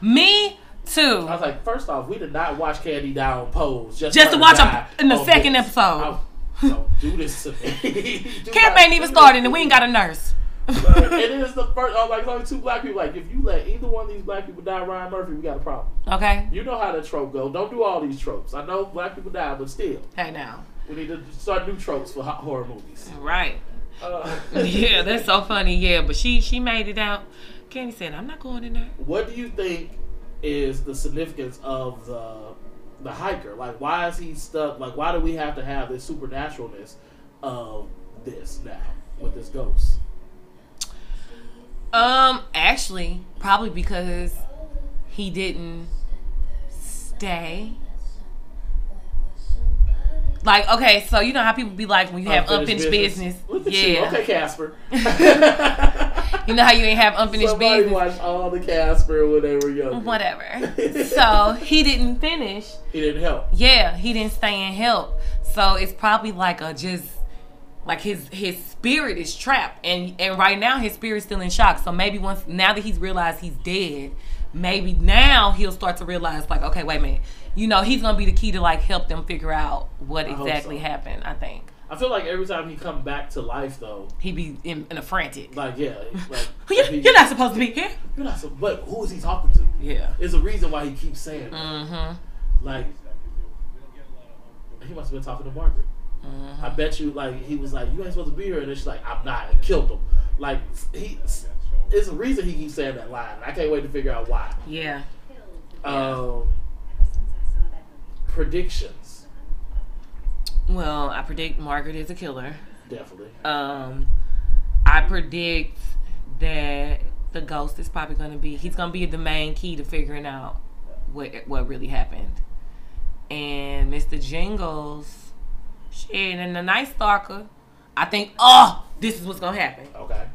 Speaker 4: Me too.
Speaker 3: I was like, first off, we did not watch Candy down pose just,
Speaker 4: Just to
Speaker 3: for
Speaker 4: watch
Speaker 3: her
Speaker 4: a-
Speaker 3: die
Speaker 4: in the
Speaker 3: on
Speaker 4: second
Speaker 3: this.
Speaker 4: episode.
Speaker 3: I- Don't do this to me. Do
Speaker 4: Camp
Speaker 3: not
Speaker 4: ain't
Speaker 3: do
Speaker 4: even
Speaker 3: this
Speaker 4: started
Speaker 3: to
Speaker 4: and we
Speaker 3: me.
Speaker 4: ain't got a nurse.
Speaker 3: Like, it is the first. Oh, like it's only two black people. Like if you let either one of these black people die, Ryan Murphy, we got a problem.
Speaker 4: Okay.
Speaker 3: You know how that trope go. Don't do all these tropes. I know black people die, but still,
Speaker 4: Hey now.
Speaker 3: we need to start new tropes for ho- horror movies.
Speaker 4: Right.
Speaker 3: Uh,
Speaker 4: Yeah, that's so funny. Yeah, but she she made it out. Candy said, "I'm not going in there."
Speaker 3: what do you think is the significance of the the hiker? Like, why is he stuck? Like, why do we have to have this supernaturalness of this now with this ghost?
Speaker 4: Um, actually, probably because he didn't stay. Like, okay, so you know how people be like when you have unfinished, business.
Speaker 3: Look at you,
Speaker 4: Yeah.
Speaker 3: okay, Casper.
Speaker 4: You know how you ain't have unfinished
Speaker 3: Somebody
Speaker 4: business.
Speaker 3: watched all the Casper when they were young.
Speaker 4: Whatever. so he didn't finish.
Speaker 3: He didn't help.
Speaker 4: Yeah, he didn't stay and help. So it's probably like a just like his his spirit is trapped and and right now his spirit's still in shock. So maybe once now that he's realized he's dead, maybe now he'll start to realize like, okay, wait a minute. You know, he's gonna be the key to like help them figure out what
Speaker 3: hope
Speaker 4: exactly
Speaker 3: so.
Speaker 4: happened, I think.
Speaker 3: I feel like every time he come back to life, though,
Speaker 4: He'd be in, in a frantic.
Speaker 3: like yeah, like
Speaker 4: you,
Speaker 3: he-
Speaker 4: you're not supposed to be here.
Speaker 3: you're not so. But who is he talking to?
Speaker 4: Yeah. Mm-hmm.
Speaker 3: There's a reason why he keeps saying that. Like, he must have been talking to Margaret.
Speaker 4: Mm-hmm.
Speaker 3: I bet you, like, he was like, you ain't supposed to be here. And then she's like, I'm not. And killed him. Like, he, it's a reason he keeps saying that line. I can't wait to figure out why.
Speaker 4: Yeah.
Speaker 3: Um, predictions.
Speaker 4: Well, I predict Margaret is a killer.
Speaker 3: Definitely.
Speaker 4: Um, I predict that the ghost is probably going to be he's going to be the main key to figuring out what what really happened. And Mr. Jingles, shit, and the Night Stalker, I think oh this is what's going to happen.
Speaker 3: Okay.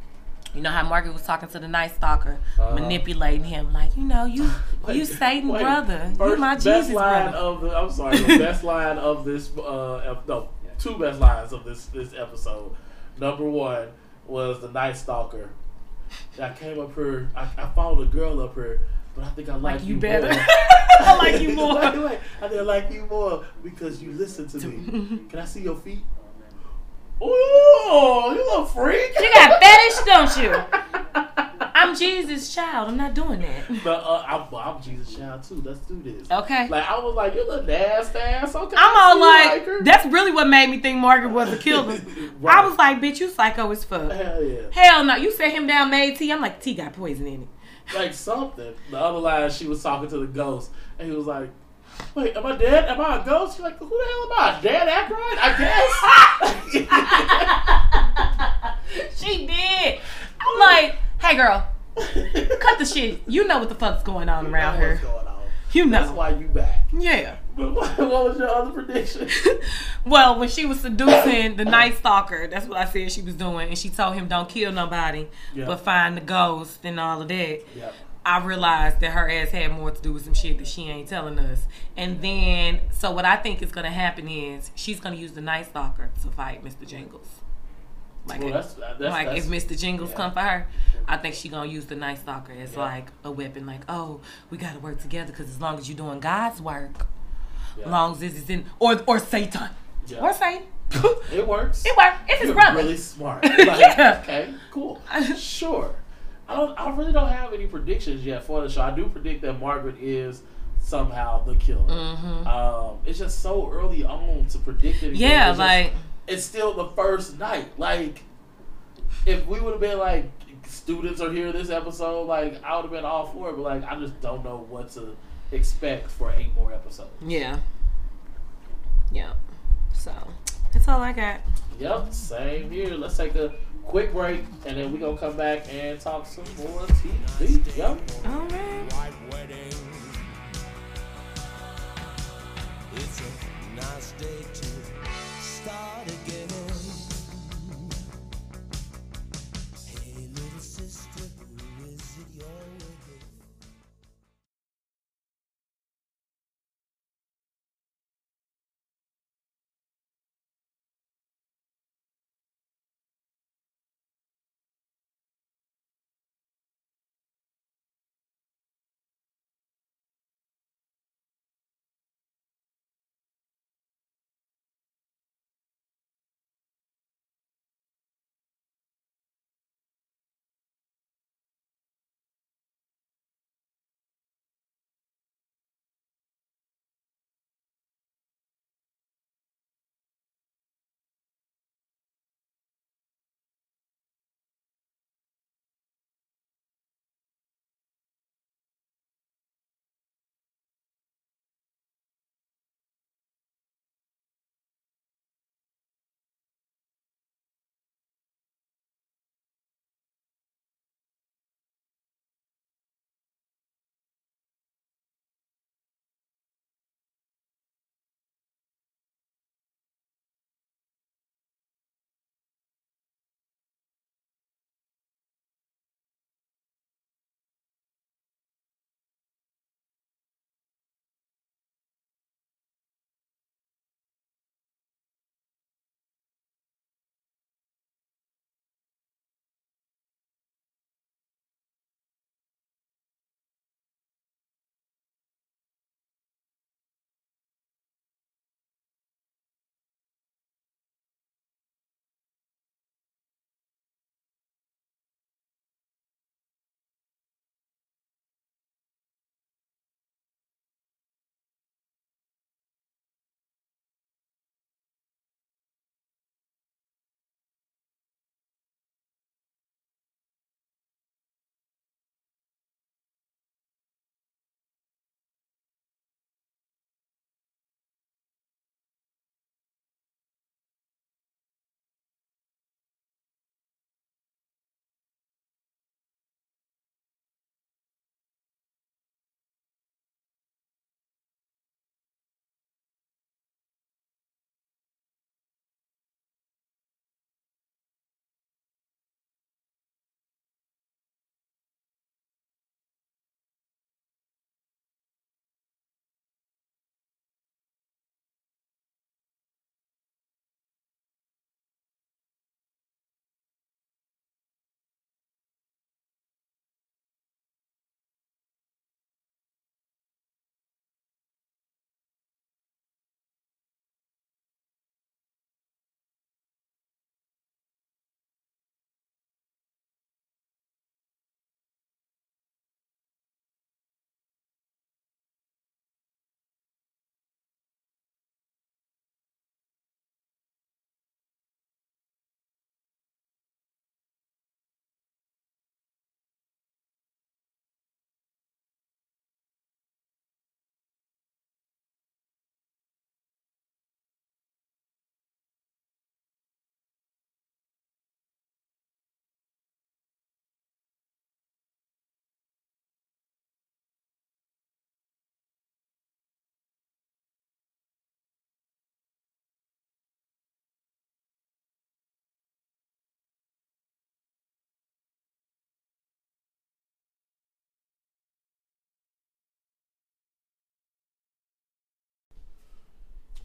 Speaker 4: You know how Margaret was talking to the Night Stalker,
Speaker 3: Uh-huh.
Speaker 4: manipulating him like you know you you
Speaker 3: Wait,
Speaker 4: Satan
Speaker 3: wait.
Speaker 4: brother, you
Speaker 3: First-
Speaker 4: my
Speaker 3: best
Speaker 4: Jesus
Speaker 3: line oh,
Speaker 4: brother.
Speaker 3: of the. I'm sorry. The best line of this. Uh, ep- no, two best lines of this this episode. Number one was the Night Stalker. I came up here. I, I followed a girl up here, but I think I like,
Speaker 4: like you
Speaker 3: more.
Speaker 4: better. I like you more.
Speaker 3: Like, wait, I think I like you more because you listen to me. Can I see your feet? Ooh, you little freak.
Speaker 4: You got fetish, don't you? I'm Jesus' child. I'm not doing that.
Speaker 3: But uh, I'm, I'm Jesus child too. Let's do this.
Speaker 4: Okay.
Speaker 3: Like I was like, you look nasty ass. Okay.
Speaker 4: I'm all like,
Speaker 3: her.
Speaker 4: that's really what made me think Margaret was a killer.
Speaker 3: Right. Uh-huh.
Speaker 4: I was like, bitch, you psycho as fuck.
Speaker 3: hell yeah,
Speaker 4: Hell no, you set him down, made tea. I'm like, tea got poison in it.
Speaker 3: like something. The other line, she was talking to the ghost, and he was like, "Wait, am I dead? Am I a ghost?" She's like, "Who the hell am I? Dan Aykroyd, I
Speaker 4: She did. I'm like, hey girl,
Speaker 3: guess."
Speaker 4: cut the shit. You know what the fuck's going on
Speaker 3: Now
Speaker 4: around
Speaker 3: what's
Speaker 4: here.
Speaker 3: going on?
Speaker 4: You
Speaker 3: That's
Speaker 4: know.
Speaker 3: why you back.
Speaker 4: Yeah.
Speaker 3: But what, what was your other prediction?
Speaker 4: Well, when she was seducing the night stalker, that's what I said she was doing, and she told him don't kill nobody,
Speaker 3: Yeah.
Speaker 4: but find the ghost and all of that.
Speaker 3: yeah.
Speaker 4: I realized that her ass had more to do with some shit that she ain't telling us. And then, so what I think is gonna happen is she's gonna use the Night Stalker to fight Mr. Jingles. Like,
Speaker 3: Well, that's- that's-
Speaker 4: like
Speaker 3: that's-
Speaker 4: if Mr. Jingles
Speaker 3: yeah.
Speaker 4: come for her, I think she gonna use the Night Stalker as like a weapon. Like, oh, we gotta work together because as long as you're doing God's work,
Speaker 3: Yeah.
Speaker 4: long as it's in or or Satan
Speaker 3: Yeah.
Speaker 4: or Satan,
Speaker 3: It works.
Speaker 4: it work. It's his
Speaker 3: You're
Speaker 4: brother.
Speaker 3: really smart. Like,
Speaker 4: Yeah.
Speaker 3: Okay, cool. Sure. I don't. I really don't have any predictions yet for the show. I do predict that Margaret is somehow the killer.
Speaker 4: Mm-hmm.
Speaker 3: Um, it's just so early on to predict it.
Speaker 4: yeah, like
Speaker 3: it's still the first night. Like, if we would have been like students are here this episode, like I would have been all for it. But like, I just don't know what to expect for eight more episodes.
Speaker 4: yeah, yeah. So that's all I got.
Speaker 3: Yep, same here. Let's take a quick break and then we gonna come back and talk some more TV. Yep.
Speaker 4: All right.
Speaker 1: White wedding. It's a nice day to start again. Hey, little sister, who is it you're with?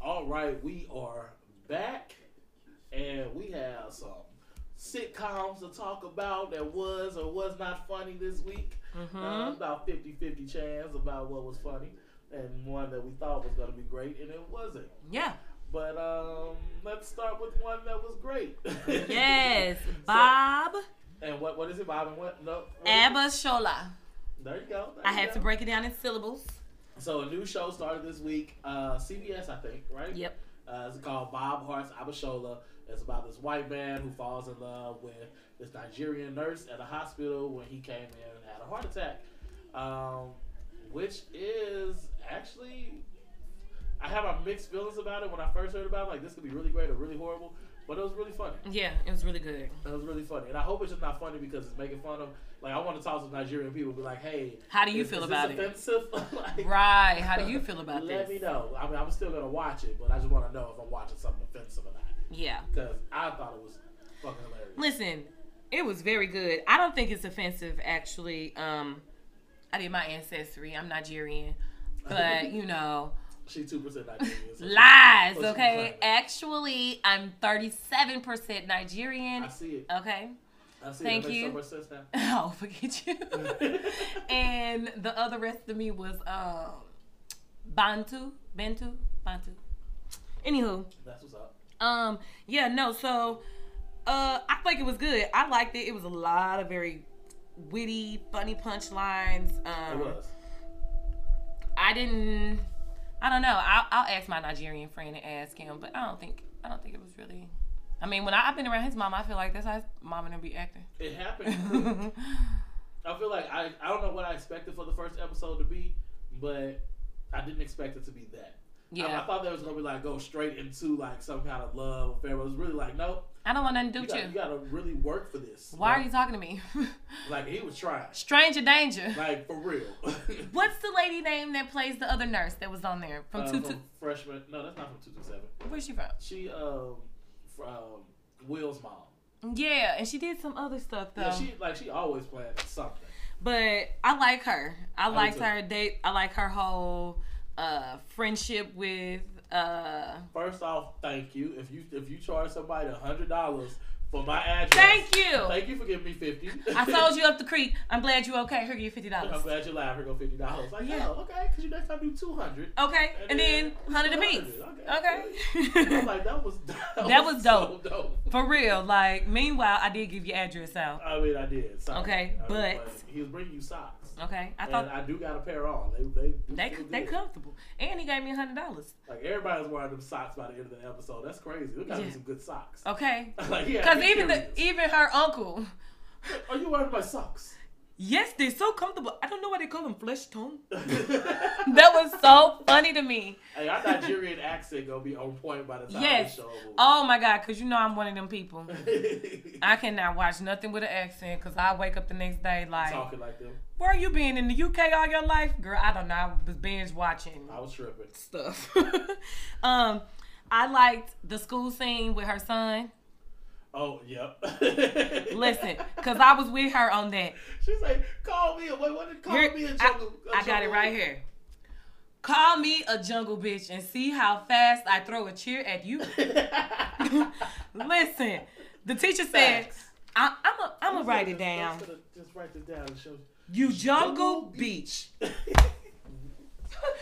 Speaker 1: All right, we are back, and we have some
Speaker 3: sitcoms to talk about that was or was not funny this week.
Speaker 4: Mm-hmm.
Speaker 3: Uh, about 50 50 chance about what was funny, and one that we thought was going to be great, and it wasn't.
Speaker 4: Yeah.
Speaker 3: But um, let's start with one that was great.
Speaker 4: Yes. Bob
Speaker 3: And what what is it, Bob? And what? No. what is it?
Speaker 4: Abashola.
Speaker 3: There you go. there
Speaker 4: I
Speaker 3: you
Speaker 4: had
Speaker 3: go.
Speaker 4: to break it down in syllables.
Speaker 3: So a new show started this week. Uh, CBS, I think, right?
Speaker 4: Yep.
Speaker 3: Uh, it's called Bob Hart's Abashola. It's about this white man who falls in love with this Nigerian nurse at a hospital when he came in and had a heart attack, um, which is actually I have a mixed feelings about it when I first heard about it. Like this could be really great or really horrible, but it was really funny.
Speaker 4: Yeah, it was really good.
Speaker 3: It was really funny, and I hope it's just not funny because it's making fun of. Like I want to talk to Nigerian people, and be like, "Hey,
Speaker 4: How do you
Speaker 3: is-
Speaker 4: feel
Speaker 3: is
Speaker 4: about
Speaker 3: this
Speaker 4: it?"
Speaker 3: Offensive? like,
Speaker 4: Right. How do you feel about
Speaker 3: Let me
Speaker 4: this?
Speaker 3: know. I mean, I'm still gonna watch it, but I just want to know if I'm watching something offensive or not.
Speaker 4: Yeah.
Speaker 3: Because I thought it was fucking hilarious.
Speaker 4: Listen, it was very good. I don't think it's offensive, actually. Um, I did my ancestry. I'm Nigerian, but you know,
Speaker 3: She two percent Nigerian. so she- Well,
Speaker 4: lies.
Speaker 3: she's
Speaker 4: Okay,
Speaker 3: Nigerian.
Speaker 4: actually, I'm 37% Nigerian.
Speaker 3: I see it.
Speaker 4: Okay.
Speaker 3: I see
Speaker 4: Thank
Speaker 3: it. It makes
Speaker 4: you.
Speaker 3: so much sense now.
Speaker 4: Oh, forget you. and the other rest of me was um, Bantu, Bantu, Bantu. Anywho,
Speaker 3: That's what's up.
Speaker 4: um, yeah, no. So, uh, I think it was good. I liked it. It was a lot of very witty, funny punchlines.
Speaker 3: It
Speaker 4: Um,
Speaker 3: was.
Speaker 4: I didn't. I don't know. I'll, I'll ask my Nigerian friend and ask him, but I don't think. I don't think it was really. I mean, when I, I've been around his mom, I feel like that's how his mom and him be acting.
Speaker 3: It happened. I feel like I I don't know what I expected for the first episode to be, but I didn't expect it to be that. I- I,
Speaker 4: yeah.
Speaker 3: thought there was gonna be like go straight into like some kind of love affair. But it was really like no,
Speaker 4: I don't want nothing to do
Speaker 3: you
Speaker 4: with
Speaker 3: gotta, you
Speaker 4: you.
Speaker 3: gotta really work for this.
Speaker 4: Why are
Speaker 3: like,
Speaker 4: you talking to me?
Speaker 3: Like he was trying,
Speaker 4: Stranger danger.
Speaker 3: like for real.
Speaker 4: What's the lady name that plays the other nurse that was on there from
Speaker 3: Uh,
Speaker 4: two
Speaker 3: from freshman. No, that's not from two two seven.
Speaker 4: Where's she from?
Speaker 3: She um from Will's mom.
Speaker 4: Yeah, and she did some other stuff though.
Speaker 3: Yeah, she like she always playing something.
Speaker 4: but I like her. I
Speaker 3: do
Speaker 4: liked
Speaker 3: too.
Speaker 4: her date. I like her whole uh, friendship with. Uh,
Speaker 3: First off, thank you. If you if you charge somebody a hundred dollars for my address,
Speaker 4: Thank you.
Speaker 3: Thank you for giving me fifty.
Speaker 4: I told you up the creek. I'm glad you okay. Here, give you fifty
Speaker 3: I'm
Speaker 4: dollars.
Speaker 3: glad you're laughing. Go fifty dollars. Like
Speaker 4: Yeah.
Speaker 3: yeah, oh, okay. Cause you next time do two hundred.
Speaker 4: Okay, and
Speaker 3: And
Speaker 4: then
Speaker 3: then
Speaker 4: hundred apiece.
Speaker 3: 100, okay. I'm
Speaker 4: Okay.
Speaker 3: like that was that,
Speaker 4: That was
Speaker 3: was, so
Speaker 4: dope.
Speaker 3: dope.
Speaker 4: For real, like. Meanwhile, I did give your address out.
Speaker 3: I mean, I did. Sorry.
Speaker 4: Okay,
Speaker 3: I mean,
Speaker 4: but-
Speaker 3: he was bringing you socks,
Speaker 4: Okay, I
Speaker 3: and
Speaker 4: thought
Speaker 3: I do got a pair on. They they
Speaker 4: they
Speaker 3: still
Speaker 4: they
Speaker 3: did.
Speaker 4: comfortable, and he gave me hundred dollars.
Speaker 3: Like everybody's wearing them socks by the end of the episode. That's crazy. There gotta
Speaker 4: Yeah.
Speaker 3: be some good socks.
Speaker 4: Okay,
Speaker 3: like yeah.
Speaker 4: because even the, even her uncle.
Speaker 3: are you wearing my socks?
Speaker 4: Yes, they're so comfortable. I don't know why they call them flesh tone.
Speaker 3: hey,
Speaker 4: That was so funny to me.
Speaker 3: our Nigerian accent gonna be on point by the time
Speaker 4: Yes.
Speaker 3: the show. over.
Speaker 4: Oh my god, cause you know I'm one of them people.
Speaker 3: I,
Speaker 4: I cannot watch nothing with an accent, cause I wake up the next day like,
Speaker 3: Talking like them,
Speaker 4: where you been in the UK all your life, girl? I don't know. I was binge watching
Speaker 3: I was tripping.
Speaker 4: stuff. um, I liked the school scene with her son.
Speaker 3: Oh, yep.
Speaker 4: Listen, cause I was with her on that.
Speaker 3: she's like, call me. a- Wait, what did call
Speaker 4: Here-
Speaker 3: me a
Speaker 4: I-
Speaker 3: jungle? a
Speaker 4: I, got it
Speaker 3: jungle-
Speaker 4: right here. Call me a jungle bitch and see how fast I throw a cheer at you. Listen, the teacher said,
Speaker 3: Facts.
Speaker 4: I, "I'm a, I'm gonna write it
Speaker 3: Just-
Speaker 4: down."
Speaker 3: Just, just write this down and show.
Speaker 4: You jungle bitch.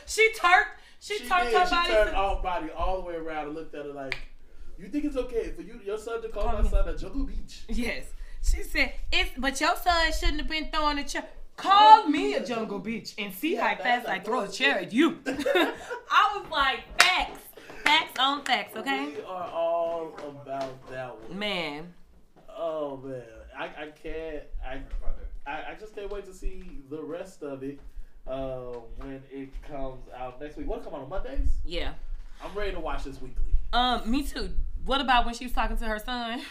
Speaker 4: she turned. She,
Speaker 3: She
Speaker 4: turned
Speaker 3: did.
Speaker 4: her
Speaker 3: She
Speaker 4: body.
Speaker 3: turned
Speaker 4: to-
Speaker 3: all body all the way around and looked at her like, "You think it's okay for you your son to call
Speaker 4: Call
Speaker 3: my
Speaker 4: me.
Speaker 3: son a jungle beach?"
Speaker 4: Yes. She said, "It's but your son shouldn't have been throwing a chair. Call me a jungle bitch and see how fast I throw a chair at you." I was like, "Facts, facts on facts, okay?"
Speaker 3: We are all about that one.
Speaker 4: Man,
Speaker 3: Oh man, I, I can't. I, I I just can't wait to see the rest of it uh, when it comes out next week. What come out on Mondays?
Speaker 4: yeah.
Speaker 3: I'm ready to watch this weekly.
Speaker 4: Um, me too. What about when she was talking to her son?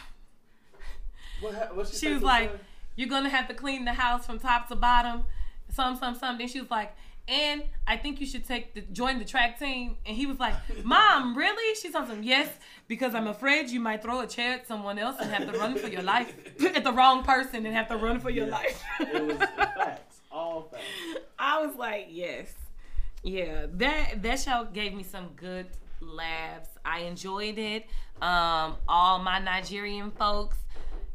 Speaker 3: What hap- what she,
Speaker 4: She
Speaker 3: say
Speaker 4: was
Speaker 3: to
Speaker 4: like,
Speaker 3: her?
Speaker 4: "You're gonna have to clean the house from top to bottom, some, some, some." Then she was like, "And I think you should take the join the track team." And he was like, "Mom, really?" She told him, "Yes, because I'm afraid you might throw a chair at someone else and have to run for your life at the wrong person and have to run for your
Speaker 3: Yeah.
Speaker 4: life."
Speaker 3: it was facts, all facts.
Speaker 4: I was like, "Yes, yeah." That that show gave me some good laughs. I enjoyed it. Um, all my Nigerian folks.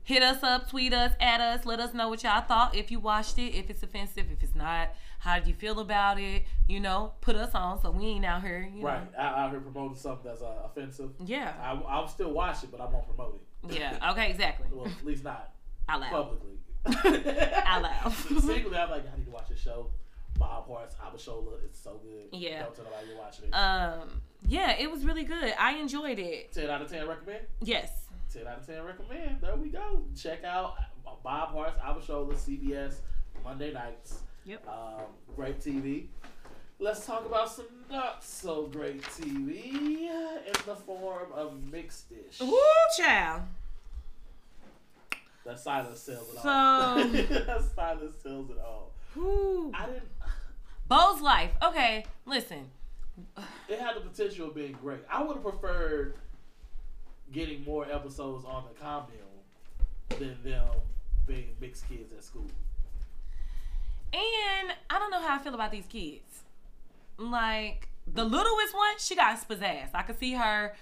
Speaker 4: Hit us up, tweet us, at us, let us know what y'all thought. If you watched it, if it's offensive, if it's not, how did you feel about it? You know, put us on so we ain't out here. You
Speaker 3: Right,
Speaker 4: Know.
Speaker 3: out out here promoting something that's uh, offensive.
Speaker 4: Yeah.
Speaker 3: I, I'll still watch it, but I won't promote it.
Speaker 4: Yeah. Okay. Exactly.
Speaker 3: Well, at least not
Speaker 4: Out loud.
Speaker 3: publicly.
Speaker 4: Out loud.
Speaker 3: Secretly, I'm like, I need to watch this show. Bob Hart's Abashola, it's so good.
Speaker 4: Yeah.
Speaker 3: Don't tell nobody you're watching it.
Speaker 4: um. Yeah, it was really good. I enjoyed it.
Speaker 3: 10 out of 10 recommend.
Speaker 4: Yes.
Speaker 3: 10 out of 10 recommend. There we go. Check out uh, Bob Hart's Abashola, CBS, Monday nights.
Speaker 4: Yep.
Speaker 3: Um, great TV. Let's talk about some not so great TV in the form of mixed dish.
Speaker 4: Woo, child.
Speaker 3: That silence sells it all.
Speaker 4: So-
Speaker 3: that silence sells it all.
Speaker 4: Woo.
Speaker 3: I didn't.
Speaker 4: Bo's life. Okay. Listen.
Speaker 3: It had the potential of being great. I would have preferred getting more episodes on the commune than them being mixed kids at school.
Speaker 4: And I don't know how I feel about these kids. Like the littlest one, she got spazazz. I could see her.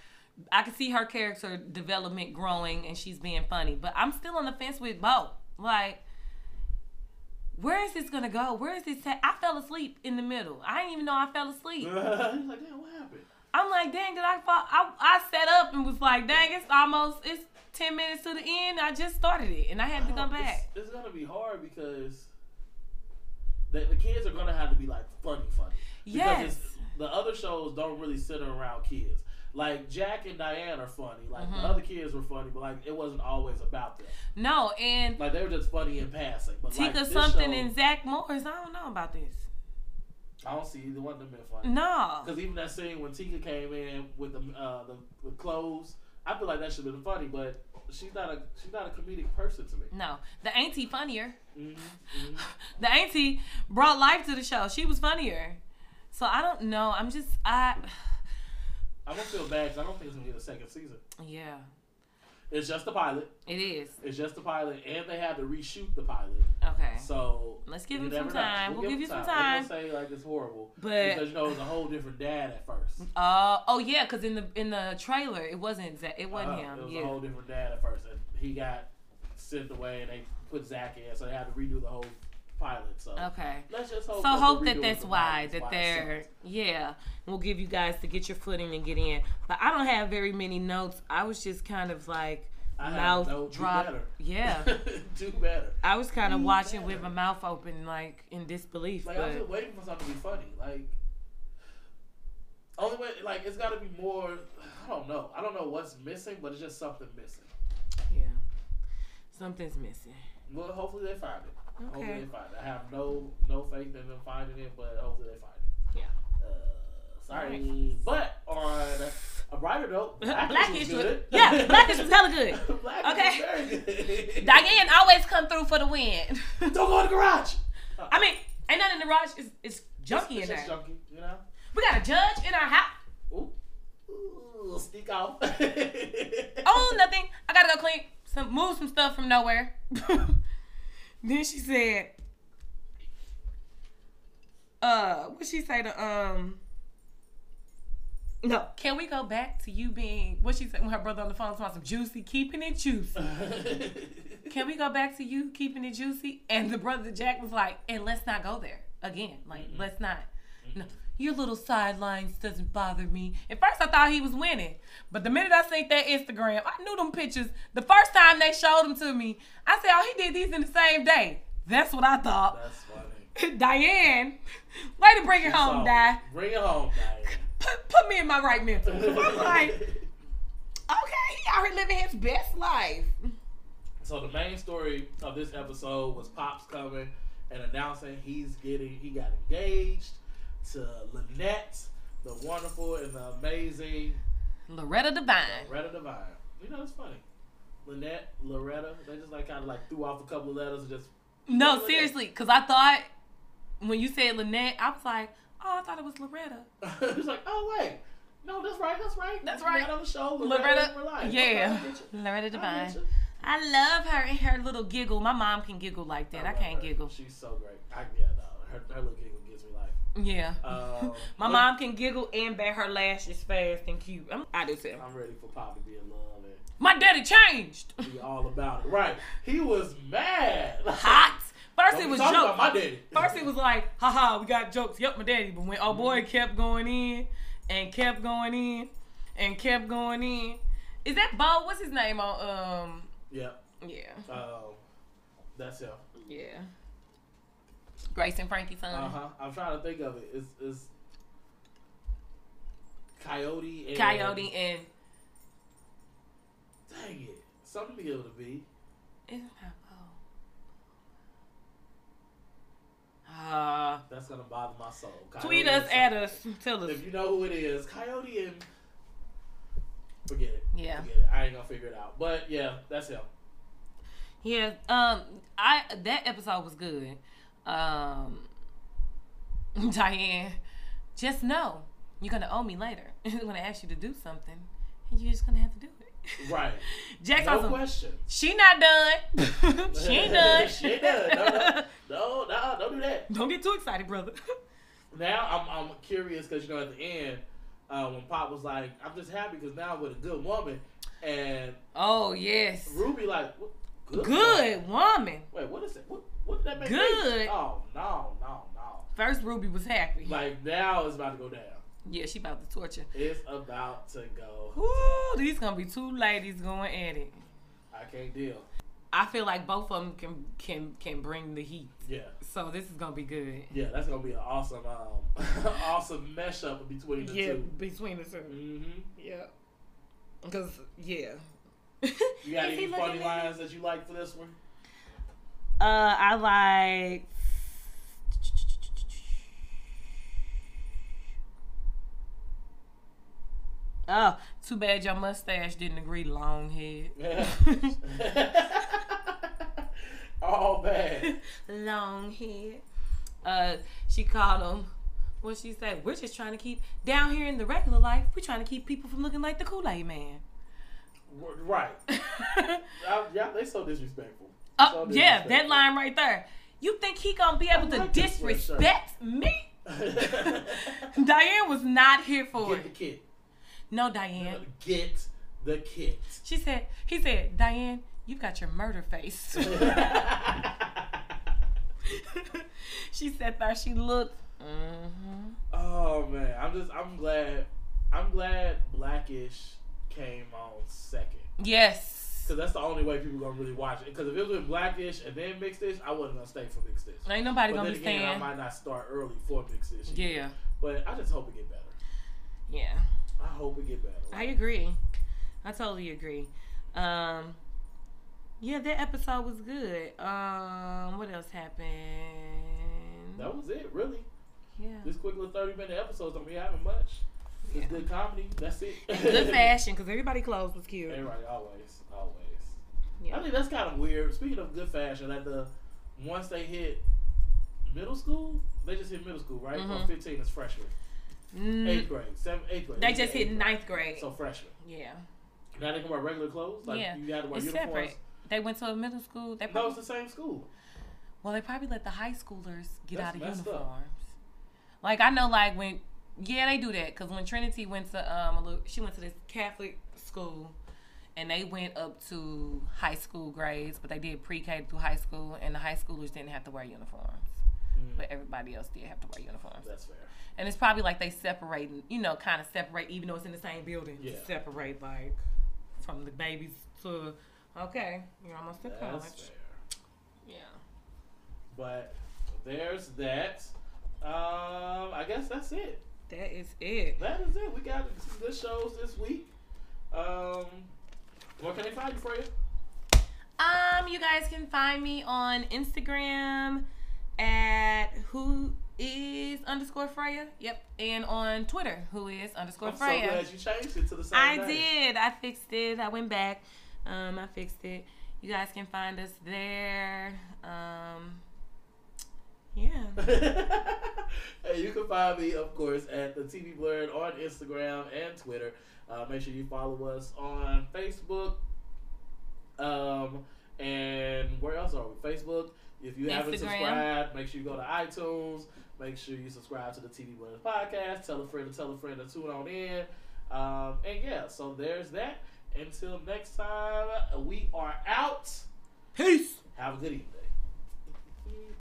Speaker 4: I could see her character development growing, and she's being funny. But I'm still on the fence with Bo. Like, where is this gonna go? Where is this? Ta- I fell asleep in the middle. I didn't even know I fell asleep.
Speaker 3: He's like, damn, what happened?
Speaker 4: I'm like, dang, did I fall? I, I sat up and was like, dang, it's almost it's ten minutes to the end. I just started it, and I had to
Speaker 3: Oh,
Speaker 4: come back.
Speaker 3: It's, it's gonna be hard because the, the kids are gonna have to be like funny, funny. Because it's-
Speaker 4: Yes.
Speaker 3: the other shows don't really center around kids. Like Jack and Diane are funny. Like
Speaker 4: Mm-hmm.
Speaker 3: the other kids were funny, but like it wasn't always about them.
Speaker 4: No, and
Speaker 3: Like they were just funny in passing. But like,
Speaker 4: Tika
Speaker 3: this
Speaker 4: something
Speaker 3: show,
Speaker 4: and Zach Morris. I don't know about this.
Speaker 3: I don't see either one of them being funny.
Speaker 4: No.
Speaker 3: Because even that scene when Tika came in with the uh, the, the clothes, I feel like that should have been funny, but she's not a she's not a comedic person to me.
Speaker 4: No. The auntie funnier.
Speaker 3: Mhm,
Speaker 4: The auntie brought life to the show. She was funnier. So I don't know. I'm just I
Speaker 3: I'm gonna feel bad because I don't think it's gonna get a second season.
Speaker 4: Yeah.
Speaker 3: It's just the pilot.
Speaker 4: It is.
Speaker 3: It's just the pilot, and they had to reshoot the pilot.
Speaker 4: Okay.
Speaker 3: So
Speaker 4: Let's give
Speaker 3: you
Speaker 4: him some
Speaker 3: never know.
Speaker 4: time. We'll give you some
Speaker 3: We're gonna say like it's horrible,
Speaker 4: But-
Speaker 3: because you know it was a whole different dad at first.
Speaker 4: Uh oh yeah, cause in the in the trailer it wasn't Zach it wasn't
Speaker 3: Uh,
Speaker 4: him.
Speaker 3: It was a
Speaker 4: Yeah.
Speaker 3: whole different dad at first, and he got sent away, and they put Zach in, so they had to redo the whole pilot. So
Speaker 4: Okay.
Speaker 3: let's just hope.
Speaker 4: So
Speaker 3: the
Speaker 4: hope that
Speaker 3: redoing
Speaker 4: that's
Speaker 3: the
Speaker 4: why
Speaker 3: pilot is
Speaker 4: that
Speaker 3: it
Speaker 4: they're
Speaker 3: sucks.
Speaker 4: yeah. We'll give you guys to get your footing and get in. But I don't have very many notes. I was just kind of like
Speaker 3: I have
Speaker 4: mouth
Speaker 3: no- do
Speaker 4: drop.
Speaker 3: better.
Speaker 4: Yeah.
Speaker 3: do better.
Speaker 4: I was kind of
Speaker 3: Me
Speaker 4: watching
Speaker 3: better.
Speaker 4: with my mouth open, like in disbelief.
Speaker 3: Like I was
Speaker 4: but
Speaker 3: just waiting for something to be funny. Like only way, like it's got to be more. I don't know. I don't know what's missing, but it's just something missing.
Speaker 4: yeah, something's missing.
Speaker 3: Well, hopefully they find it. Hopefully
Speaker 4: Okay.
Speaker 3: they find it. I have no no faith in them finding it, but hopefully they find it.
Speaker 4: Yeah.
Speaker 3: Uh, sorry, but on a brighter note, Blackish,
Speaker 4: Blackish
Speaker 3: was
Speaker 4: was-
Speaker 3: good.
Speaker 4: yeah, Blackish was hella good.
Speaker 3: Blackish was
Speaker 4: Okay.
Speaker 3: very good.
Speaker 4: Diane always come through for the win.
Speaker 3: don't go in the garage.
Speaker 4: I mean, ain't nothing in the garage. It's, it's junky
Speaker 3: It's
Speaker 4: in
Speaker 3: just
Speaker 4: there.
Speaker 3: junkie, you know.
Speaker 4: We got a judge in our house.
Speaker 3: Ooh, Ooh sneak off.
Speaker 4: Oh, nothing. I gotta go clean some, move some stuff from nowhere. then she said, "Uh, what she say to um." No. Can we go back to you being what she said when her brother on the phone was about some juicy, keeping it juicy? Can we go back to you keeping it juicy? And the brother Jack was like, and let's not go there again. Like, let's not. No, your little sidelines doesn't bother me. At first, I thought he was winning, but the minute I seen that Instagram, I knew them pictures. The first time they showed them to me, I said, "Oh, he did these in the same day." That's what I thought.
Speaker 3: That's funny.
Speaker 4: Diane, way to bring it home,
Speaker 3: So,
Speaker 4: Di.
Speaker 3: Bring it home,
Speaker 4: Put, put me in my right mental.
Speaker 3: Diane.
Speaker 4: I'm like, okay, he already living his best life.
Speaker 3: So the main story of this episode was Pops coming and announcing he's getting he got engaged to Lynette, the wonderful and the amazing
Speaker 4: Loretta Devine.
Speaker 3: Loretta Devine. You know it's funny. Lynette, Loretta, they just like kind of like threw off a couple of letters and just
Speaker 4: No,
Speaker 3: Lynette.
Speaker 4: seriously, because I thought when you said Lynette, I was like, oh, I thought it was Loretta.
Speaker 3: it's like, oh wait, no, that's right, that's right,
Speaker 4: That's
Speaker 3: Lynette
Speaker 4: right.
Speaker 3: on the show, Loretta,
Speaker 4: Loretta,
Speaker 3: in real life.
Speaker 4: yeah,
Speaker 3: Okay, I get you.
Speaker 4: Loretta
Speaker 3: I
Speaker 4: Devine.
Speaker 3: get you.
Speaker 4: I love her and her little giggle. My mom can giggle like that. I
Speaker 3: love
Speaker 4: can't
Speaker 3: her.
Speaker 4: giggle.
Speaker 3: She's so great. I yeah, no, her her little giggle gives me life.
Speaker 4: Yeah.
Speaker 3: Um,
Speaker 4: My
Speaker 3: look,
Speaker 4: mom can giggle and bat her lashes fast and cute. I'm, I do too.
Speaker 3: I'm ready for Pop to be in love and
Speaker 4: My daddy changed.
Speaker 3: be all about it. Right. He was mad.
Speaker 4: Hot. First
Speaker 3: Don't
Speaker 4: it
Speaker 3: be
Speaker 4: was
Speaker 3: talking about
Speaker 4: jokes.
Speaker 3: my daddy.
Speaker 4: First it was like, haha, we got jokes. Yep, my daddy. But when oh boy kept going in and kept going in and kept going in. Is that Bo? What's his name on
Speaker 3: Yeah.
Speaker 4: um yeah.
Speaker 3: Um, that's him.
Speaker 4: Yeah. Grace and Frankie's son.
Speaker 3: Uh huh. I'm trying to think of it. It's, it's Coyote and
Speaker 4: Coyote and
Speaker 3: Dang it. Something to be able to be.
Speaker 4: it's not Bo. Uh,
Speaker 3: That's gonna bother my soul. Coyote
Speaker 4: tweet us,
Speaker 3: and
Speaker 4: at
Speaker 3: something.
Speaker 4: us, tell us.
Speaker 3: If you know who it is, Coyote and forget it.
Speaker 4: Yeah.
Speaker 3: Forget it. I ain't gonna figure it out. But yeah, that's him.
Speaker 4: Yeah, um, I that episode was good. Um, Diane, just know you're gonna owe me later. I'm gonna ask you to do something, and you're just gonna have to do it.
Speaker 3: Right.
Speaker 4: Jack's
Speaker 3: No
Speaker 4: awesome.
Speaker 3: question.
Speaker 4: She not done. she ain't done.
Speaker 3: she ain't done. No, no, no, no, don't do that.
Speaker 4: Don't get too excited, brother.
Speaker 3: Now I'm, I'm curious because you know at the end uh, when Pop was like, "I'm just happy because now I'm with a good woman," and
Speaker 4: Oh yes,
Speaker 3: Ruby like, what, "Good, woman?
Speaker 4: good woman.
Speaker 3: Wait, what is it? What, what did that make? me-
Speaker 4: Good.
Speaker 3: Oh no, no, no.
Speaker 4: First Ruby was happy.
Speaker 3: Like now it's about to go down.
Speaker 4: yeah, she about to torture.
Speaker 3: It's about to go.
Speaker 4: Ooh, these gonna be two ladies going at it.
Speaker 3: I can't deal.
Speaker 4: I feel like both of them can can can bring the heat.
Speaker 3: Yeah.
Speaker 4: So this is gonna be good.
Speaker 3: Yeah, that's gonna be an awesome, um, awesome mesh up between the
Speaker 4: Yeah,
Speaker 3: two.
Speaker 4: between the two.
Speaker 3: Mm-hmm.
Speaker 4: Yeah. Cause yeah.
Speaker 3: You got any funny lines that you like for this one?
Speaker 4: Uh, I like. Oh, too bad your mustache didn't agree. Long head.
Speaker 3: oh man,
Speaker 4: long head. Uh, she called him. What she said? We're just trying to keep down here in the regular life. We're trying to keep people from looking like the Kool Aid Man.
Speaker 3: R- right? I, yeah, they so disrespectful.
Speaker 4: Oh,
Speaker 3: So
Speaker 4: yeah, that
Speaker 3: disrespectful.
Speaker 4: line right there. You think he gonna be able
Speaker 3: I
Speaker 4: to
Speaker 3: like this sweatshirt.
Speaker 4: disrespect me? Diane was not here for
Speaker 3: Get the
Speaker 4: it.
Speaker 3: kit.
Speaker 4: No, Diane.
Speaker 3: Get the kit.
Speaker 4: She said, he said, Diane, you got your murder face. she sat there, she looked. Mm-hmm.
Speaker 3: oh man, I'm just I'm glad I'm glad Blackish came on second.
Speaker 4: Yes.
Speaker 3: Cause that's the only way people gonna really watch it. Cause if it was Blackish and then Mixed Dish, I wasn't gonna stay for Mixed Dish.
Speaker 4: Ain't nobody
Speaker 3: But
Speaker 4: gonna
Speaker 3: then
Speaker 4: be
Speaker 3: again, I
Speaker 4: staying.
Speaker 3: might not start early for Mixed Dish. either.
Speaker 4: Yeah,
Speaker 3: But I just hope it get better.
Speaker 4: yeah.
Speaker 3: I hope it get better.
Speaker 4: I agree. I totally agree. Um, yeah, that episode was good. Um, what else happened?
Speaker 3: that was it, really.
Speaker 4: Yeah.
Speaker 3: This quick little thirty minute episodes don't be having much. It's
Speaker 4: Yeah.
Speaker 3: good comedy. That's it.
Speaker 4: Good fashion, because everybody clothes was cute.
Speaker 3: Everybody always, always. I
Speaker 4: Yeah.
Speaker 3: think that's kind of weird. Speaking of good fashion, like the once they hit middle school, they just hit middle school, right?
Speaker 4: Mhm.
Speaker 3: Or fifteen is freshman,
Speaker 4: Mm,
Speaker 3: eighth grade, seventh, eighth grade.
Speaker 4: they
Speaker 3: It's
Speaker 4: just
Speaker 3: eighth
Speaker 4: hit
Speaker 3: grade.
Speaker 4: ninth grade.
Speaker 3: So freshman.
Speaker 4: yeah.
Speaker 3: Now they can wear regular clothes. Like
Speaker 4: Yeah.
Speaker 3: you got to wear
Speaker 4: It's
Speaker 3: uniforms.
Speaker 4: separate. They went to a middle school. They
Speaker 3: No,
Speaker 4: probably,
Speaker 3: it's the same school.
Speaker 4: well, they probably let the high schoolers get
Speaker 3: That's
Speaker 4: out of
Speaker 3: messed up.
Speaker 4: uniforms. Like I know, like when yeah, they do that because when Trinity went to um, a little, she went to this Catholic school, and they went up to high school grades, but they did pre-K through high school, and the high schoolers didn't have to wear uniforms,
Speaker 3: Mm.
Speaker 4: but everybody else did have to wear uniforms.
Speaker 3: That's fair.
Speaker 4: And it's probably like they separate, you know, kind of separate, even though it's in the same building.
Speaker 3: Yeah.
Speaker 4: Separate, like, from the babies to, okay, you're almost in college.
Speaker 3: That's fair.
Speaker 4: Yeah.
Speaker 3: But there's that. Um, I guess that's it.
Speaker 4: That is it.
Speaker 3: That is it. We got some good shows this week. Um, where can they find you, Freya?
Speaker 4: Um, you guys can find me on Instagram at who is underscore Freya. Yep. And on Twitter, who is underscore
Speaker 3: I'm so
Speaker 4: Freya.
Speaker 3: glad you changed it to the same
Speaker 4: I
Speaker 3: name.
Speaker 4: did. I fixed it. I went back. Um, I fixed it. You guys can find us there. Um, yeah.
Speaker 3: and you can find me, of course, at the TV Blurred on Instagram and Twitter. Uh, make sure you follow us on Facebook. Um, And where else are we? Facebook. If you haven't
Speaker 4: Instagram.
Speaker 3: subscribed, make sure you go to iTunes. Make sure you subscribe to the TV Winners podcast. Tell a friend to tell a friend to tune on in. Um, and yeah, so there's that. Until next time, we are out.
Speaker 4: Peace.
Speaker 3: Have a good evening.